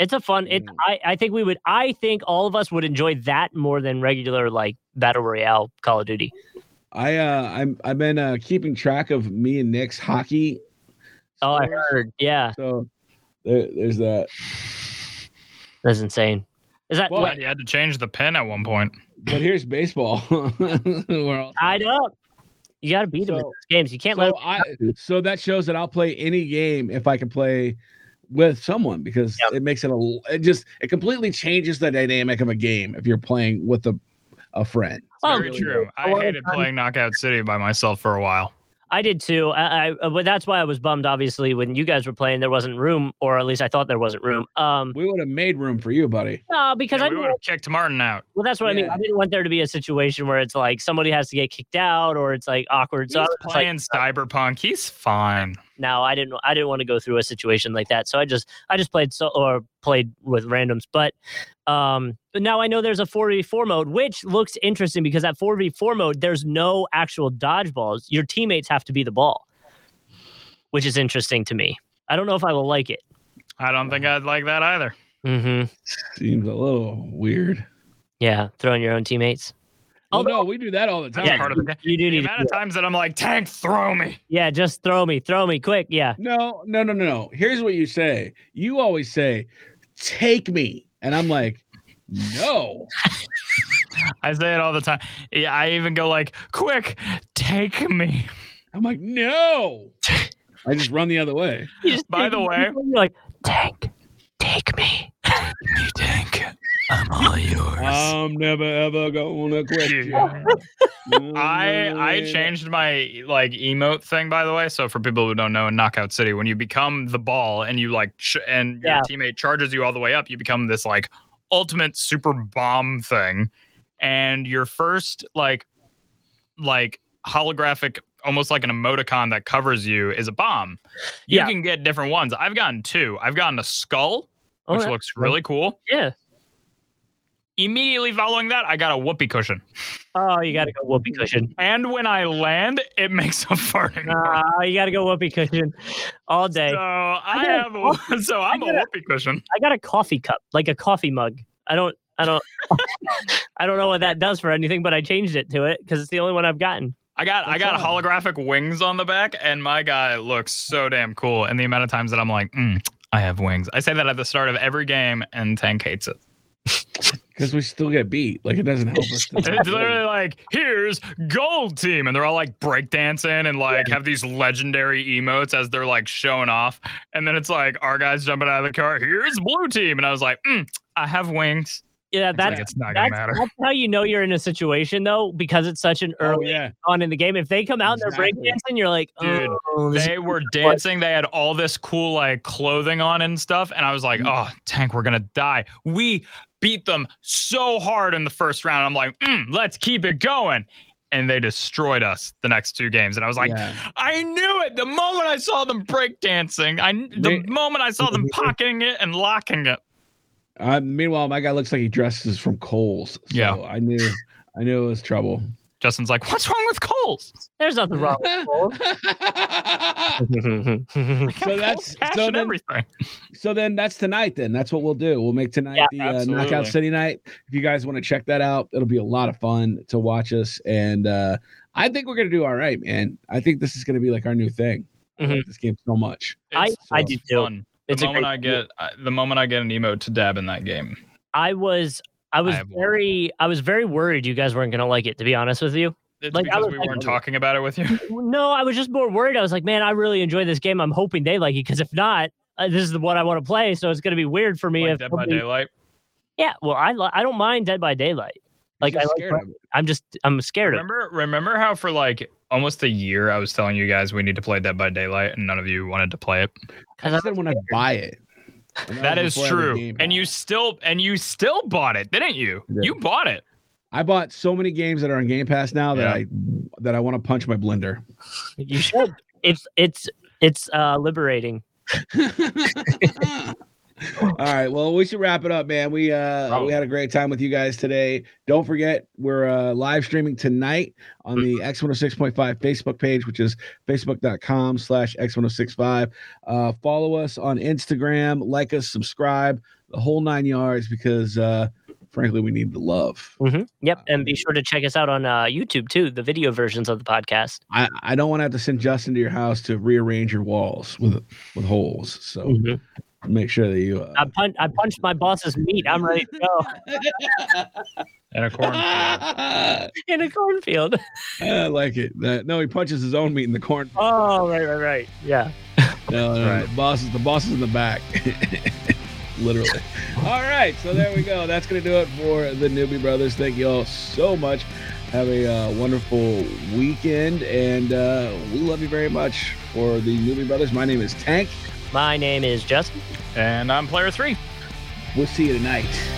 [SPEAKER 2] It's a fun. It,
[SPEAKER 1] Mm.
[SPEAKER 2] I I think we would. I think all of us would enjoy that more than regular like battle royale Call of Duty.
[SPEAKER 1] I, uh, I'm, I've been uh, keeping track of me and Nick's hockey.
[SPEAKER 2] Oh, I
[SPEAKER 1] scores,
[SPEAKER 2] heard. Yeah,
[SPEAKER 1] So there, there's that.
[SPEAKER 2] that's insane. Is that
[SPEAKER 1] Well,
[SPEAKER 2] what,
[SPEAKER 3] You had to change the pin at one point.
[SPEAKER 1] But here's baseball. We're all
[SPEAKER 2] tied up? You got to beat them in
[SPEAKER 1] So-
[SPEAKER 2] those games. You can't let.
[SPEAKER 1] so I so that shows that I'll play any game if I can play with someone because
[SPEAKER 2] Yep.
[SPEAKER 1] it makes it a l- it just it completely changes the dynamic of a game if you're playing with a a friend.
[SPEAKER 2] Oh,
[SPEAKER 3] Very
[SPEAKER 1] really
[SPEAKER 3] true.
[SPEAKER 2] A lot
[SPEAKER 3] I
[SPEAKER 2] of
[SPEAKER 3] hated
[SPEAKER 2] times-
[SPEAKER 3] playing Knockout City by myself for a while.
[SPEAKER 2] I did too. I, I but that's why I was bummed. Obviously, when you guys were playing, there wasn't room, or at least I thought there wasn't room. Um,
[SPEAKER 1] We would have made room for you, buddy.
[SPEAKER 2] no, because
[SPEAKER 3] Yeah,
[SPEAKER 2] I
[SPEAKER 3] we
[SPEAKER 2] didn't
[SPEAKER 3] would have kicked Martin out.
[SPEAKER 2] Well, that's what I mean.
[SPEAKER 1] Yeah.
[SPEAKER 2] I didn't want there to be a situation where it's like somebody has to get kicked out or it's like awkward.
[SPEAKER 3] He's
[SPEAKER 2] So I was just like,
[SPEAKER 3] playing Cyberpunk. He's fine.
[SPEAKER 2] no, I didn't. I didn't want to go through a situation like that. So I just, I just played so or played with randoms. But um, but now I know there's a four v four mode, which looks interesting because at four v four mode, there's no actual dodgeballs. Your teammates have to be the ball, which is interesting to me. I don't know if I will like it.
[SPEAKER 3] I don't think I'd like that either.
[SPEAKER 2] Mm-hmm.
[SPEAKER 1] Seems a little weird.
[SPEAKER 2] Yeah, throwing your own teammates.
[SPEAKER 1] Oh
[SPEAKER 2] Although-
[SPEAKER 1] no, we do that all the time.
[SPEAKER 3] That's part of the game.
[SPEAKER 2] You do
[SPEAKER 3] The
[SPEAKER 2] need to.
[SPEAKER 3] amount of times that I'm like, Tank, throw me.
[SPEAKER 2] Yeah, just throw me, throw me, quick. Yeah.
[SPEAKER 1] No, no, no, no, no. Here's what you say. You always say, "Take me," and I'm like, "No."
[SPEAKER 3] I say it all the time. Yeah, I even go like, quick, take me.
[SPEAKER 1] I'm like, "No." I just run the other way.
[SPEAKER 2] You just
[SPEAKER 3] By
[SPEAKER 2] take
[SPEAKER 3] the
[SPEAKER 2] it.
[SPEAKER 3] way-
[SPEAKER 2] you're like, Tank, take me.
[SPEAKER 3] You tank. I'm all yours.
[SPEAKER 2] Oh,
[SPEAKER 1] I'm never ever gonna quit. you.
[SPEAKER 3] I I changed my like emote thing by the way. So for people who don't know, in Knockout City, when you become the ball and you like ch- and your
[SPEAKER 2] Yeah.
[SPEAKER 3] teammate charges you all the way up, you become this like ultimate super bomb thing, and your first like like holographic, almost like an emoticon that covers you is a bomb. You
[SPEAKER 2] Yeah.
[SPEAKER 3] can get different ones. I've gotten two. I've gotten a skull,
[SPEAKER 2] Oh,
[SPEAKER 3] which
[SPEAKER 2] that-
[SPEAKER 3] looks really cool.
[SPEAKER 2] yeah.
[SPEAKER 3] Immediately following that, I got a whoopee cushion.
[SPEAKER 2] Oh, you gotta go whoopee cushion.
[SPEAKER 3] And when I land, it makes a farting noise.
[SPEAKER 2] Oh, you gotta go whoopee cushion all day.
[SPEAKER 3] So I
[SPEAKER 2] gotta
[SPEAKER 3] have a, so I'm a
[SPEAKER 2] gotta-
[SPEAKER 3] whoopee cushion.
[SPEAKER 2] I got a coffee cup, like a coffee mug. I don't, I don't, I don't know what that does for anything, but I changed it to it because it's the only one I've gotten.
[SPEAKER 3] I got I got
[SPEAKER 1] That's all.
[SPEAKER 3] holographic wings on the back, and my guy looks so damn cool. And the amount of times that I'm like, mm, I have wings. I say that at the start of every game, and Tank hates it.
[SPEAKER 1] because we still get beat. Like it doesn't help us. to-
[SPEAKER 3] It's literally like, here's gold team, and they're all like breakdancing and like have these legendary emotes as they're like showing off. And then it's like our guys jumping out of the car. Here's blue team, and I was like, mm, I have wings.
[SPEAKER 2] Yeah,
[SPEAKER 3] It's like,
[SPEAKER 2] that's
[SPEAKER 3] it's not gonna
[SPEAKER 2] that's,
[SPEAKER 3] matter.
[SPEAKER 2] that's how you know you're in a situation though, because it's such an
[SPEAKER 1] Oh
[SPEAKER 2] early
[SPEAKER 1] yeah,
[SPEAKER 2] on in the game. If they come out and
[SPEAKER 1] Exactly.
[SPEAKER 2] they're breakdancing, you're like,
[SPEAKER 3] Dude,
[SPEAKER 2] oh, this is-
[SPEAKER 3] they were dancing. They had all this cool like clothing on and stuff, and I was
[SPEAKER 2] Mm.
[SPEAKER 3] like, "Oh, Tank, we're gonna die." We beat them so hard in the first round. I'm like, mm, "Let's keep it going," and they destroyed us the next two games. And I was like,
[SPEAKER 1] Yeah.
[SPEAKER 3] "I knew it." The moment I saw them break dancing, I kn- the
[SPEAKER 1] They-
[SPEAKER 3] moment I saw them pocketing it and locking it.
[SPEAKER 1] Uh, meanwhile, my guy looks like he dresses from Coles. So
[SPEAKER 3] Yeah.
[SPEAKER 1] I knew, I knew it was trouble.
[SPEAKER 3] Justin's like, "What's wrong with Coles?"
[SPEAKER 2] there's nothing wrong
[SPEAKER 1] so
[SPEAKER 2] with it.
[SPEAKER 1] that's
[SPEAKER 3] Cash
[SPEAKER 1] so
[SPEAKER 3] and
[SPEAKER 1] then,
[SPEAKER 3] everything.
[SPEAKER 1] so then that's tonight. Then that's what we'll do. We'll make tonight
[SPEAKER 2] Yeah,
[SPEAKER 1] the uh,
[SPEAKER 3] absolutely.
[SPEAKER 1] Knockout City night. If you guys want to check that out, it'll be a lot of fun to watch us. And uh, I think we're gonna do all right, man. I think this is gonna be like our new thing. I
[SPEAKER 3] Mm-hmm.
[SPEAKER 1] like this game so much.
[SPEAKER 2] I,
[SPEAKER 3] It's
[SPEAKER 2] I
[SPEAKER 1] so
[SPEAKER 2] do too.
[SPEAKER 3] fun.
[SPEAKER 2] It's
[SPEAKER 3] The
[SPEAKER 2] a
[SPEAKER 3] moment
[SPEAKER 2] great
[SPEAKER 3] I get I, the moment I get an emote to dab in that game.
[SPEAKER 2] I was I was
[SPEAKER 3] have one.
[SPEAKER 2] very I was very worried you guys weren't gonna like it. To be honest with you,
[SPEAKER 3] It's
[SPEAKER 2] Like, I
[SPEAKER 3] because
[SPEAKER 2] was
[SPEAKER 3] we
[SPEAKER 2] like-
[SPEAKER 3] weren't talking about it with you.
[SPEAKER 2] no, I was just more worried. I was like, man, I really enjoy this game. I'm hoping they like it because if not, uh, this is the one I want to play. So it's gonna be weird for me
[SPEAKER 3] Like
[SPEAKER 2] if
[SPEAKER 3] Dead by
[SPEAKER 2] nobody-
[SPEAKER 3] Daylight.
[SPEAKER 2] yeah. Well, I li- I don't mind Dead by Daylight. Like I
[SPEAKER 1] Just
[SPEAKER 2] like,
[SPEAKER 1] scared of it.
[SPEAKER 2] I'm just I'm scared of. it.
[SPEAKER 3] Remember, remember how for like almost a year I was telling you guys we need to play Dead by Daylight, and none of you wanted to play it.
[SPEAKER 2] 'Cause
[SPEAKER 1] I
[SPEAKER 2] I'm-
[SPEAKER 1] said when I buy it. And that
[SPEAKER 3] that
[SPEAKER 1] was
[SPEAKER 3] is
[SPEAKER 1] before I had a
[SPEAKER 3] true,
[SPEAKER 1] Game
[SPEAKER 3] and
[SPEAKER 1] Pass.
[SPEAKER 3] you still and you still bought it, didn't you?
[SPEAKER 1] I did.
[SPEAKER 3] You bought it.
[SPEAKER 1] I bought so many games that are on Game Pass now that
[SPEAKER 3] Yeah.
[SPEAKER 1] I that I want to punch my blender.
[SPEAKER 2] You should. it's it's it's uh liberating.
[SPEAKER 1] All right, well, we should wrap it up, man. We uh
[SPEAKER 3] Probably.
[SPEAKER 1] we had a great time with you guys today. Don't forget we're uh live streaming tonight on
[SPEAKER 3] Mm-hmm.
[SPEAKER 1] the X106.5 Facebook page, which is facebook.com slash X1065. Uh follow us on Instagram, like us, subscribe, the whole nine yards, because uh frankly we need the love.
[SPEAKER 2] hmm
[SPEAKER 1] Uh,
[SPEAKER 2] Yep, and be sure to check us out on uh, YouTube too. The video versions of the podcast.
[SPEAKER 1] I, I don't want to have to send Justin to your house to rearrange your walls with with holes. So
[SPEAKER 2] Mhm.
[SPEAKER 1] make sure that you. Uh,
[SPEAKER 2] I punch I punched my boss's meat. I'm ready to go
[SPEAKER 3] And of course,
[SPEAKER 2] in a cornfield.
[SPEAKER 1] I like it. That- no, he punches his own meat in the corn.
[SPEAKER 2] Oh, right, right, right. Yeah.
[SPEAKER 1] No, no, no,
[SPEAKER 3] Right.
[SPEAKER 1] the boss is the boss is in the back. Literally. All right, so there we go. That's gonna do it for the newbie brothers. Thank you all so much Have a uh, wonderful weekend, and uh, we love you very much for the Newbie Brothers. My name is Tank.
[SPEAKER 2] My name is Justin.
[SPEAKER 3] And I'm player three.
[SPEAKER 1] We'll see you tonight.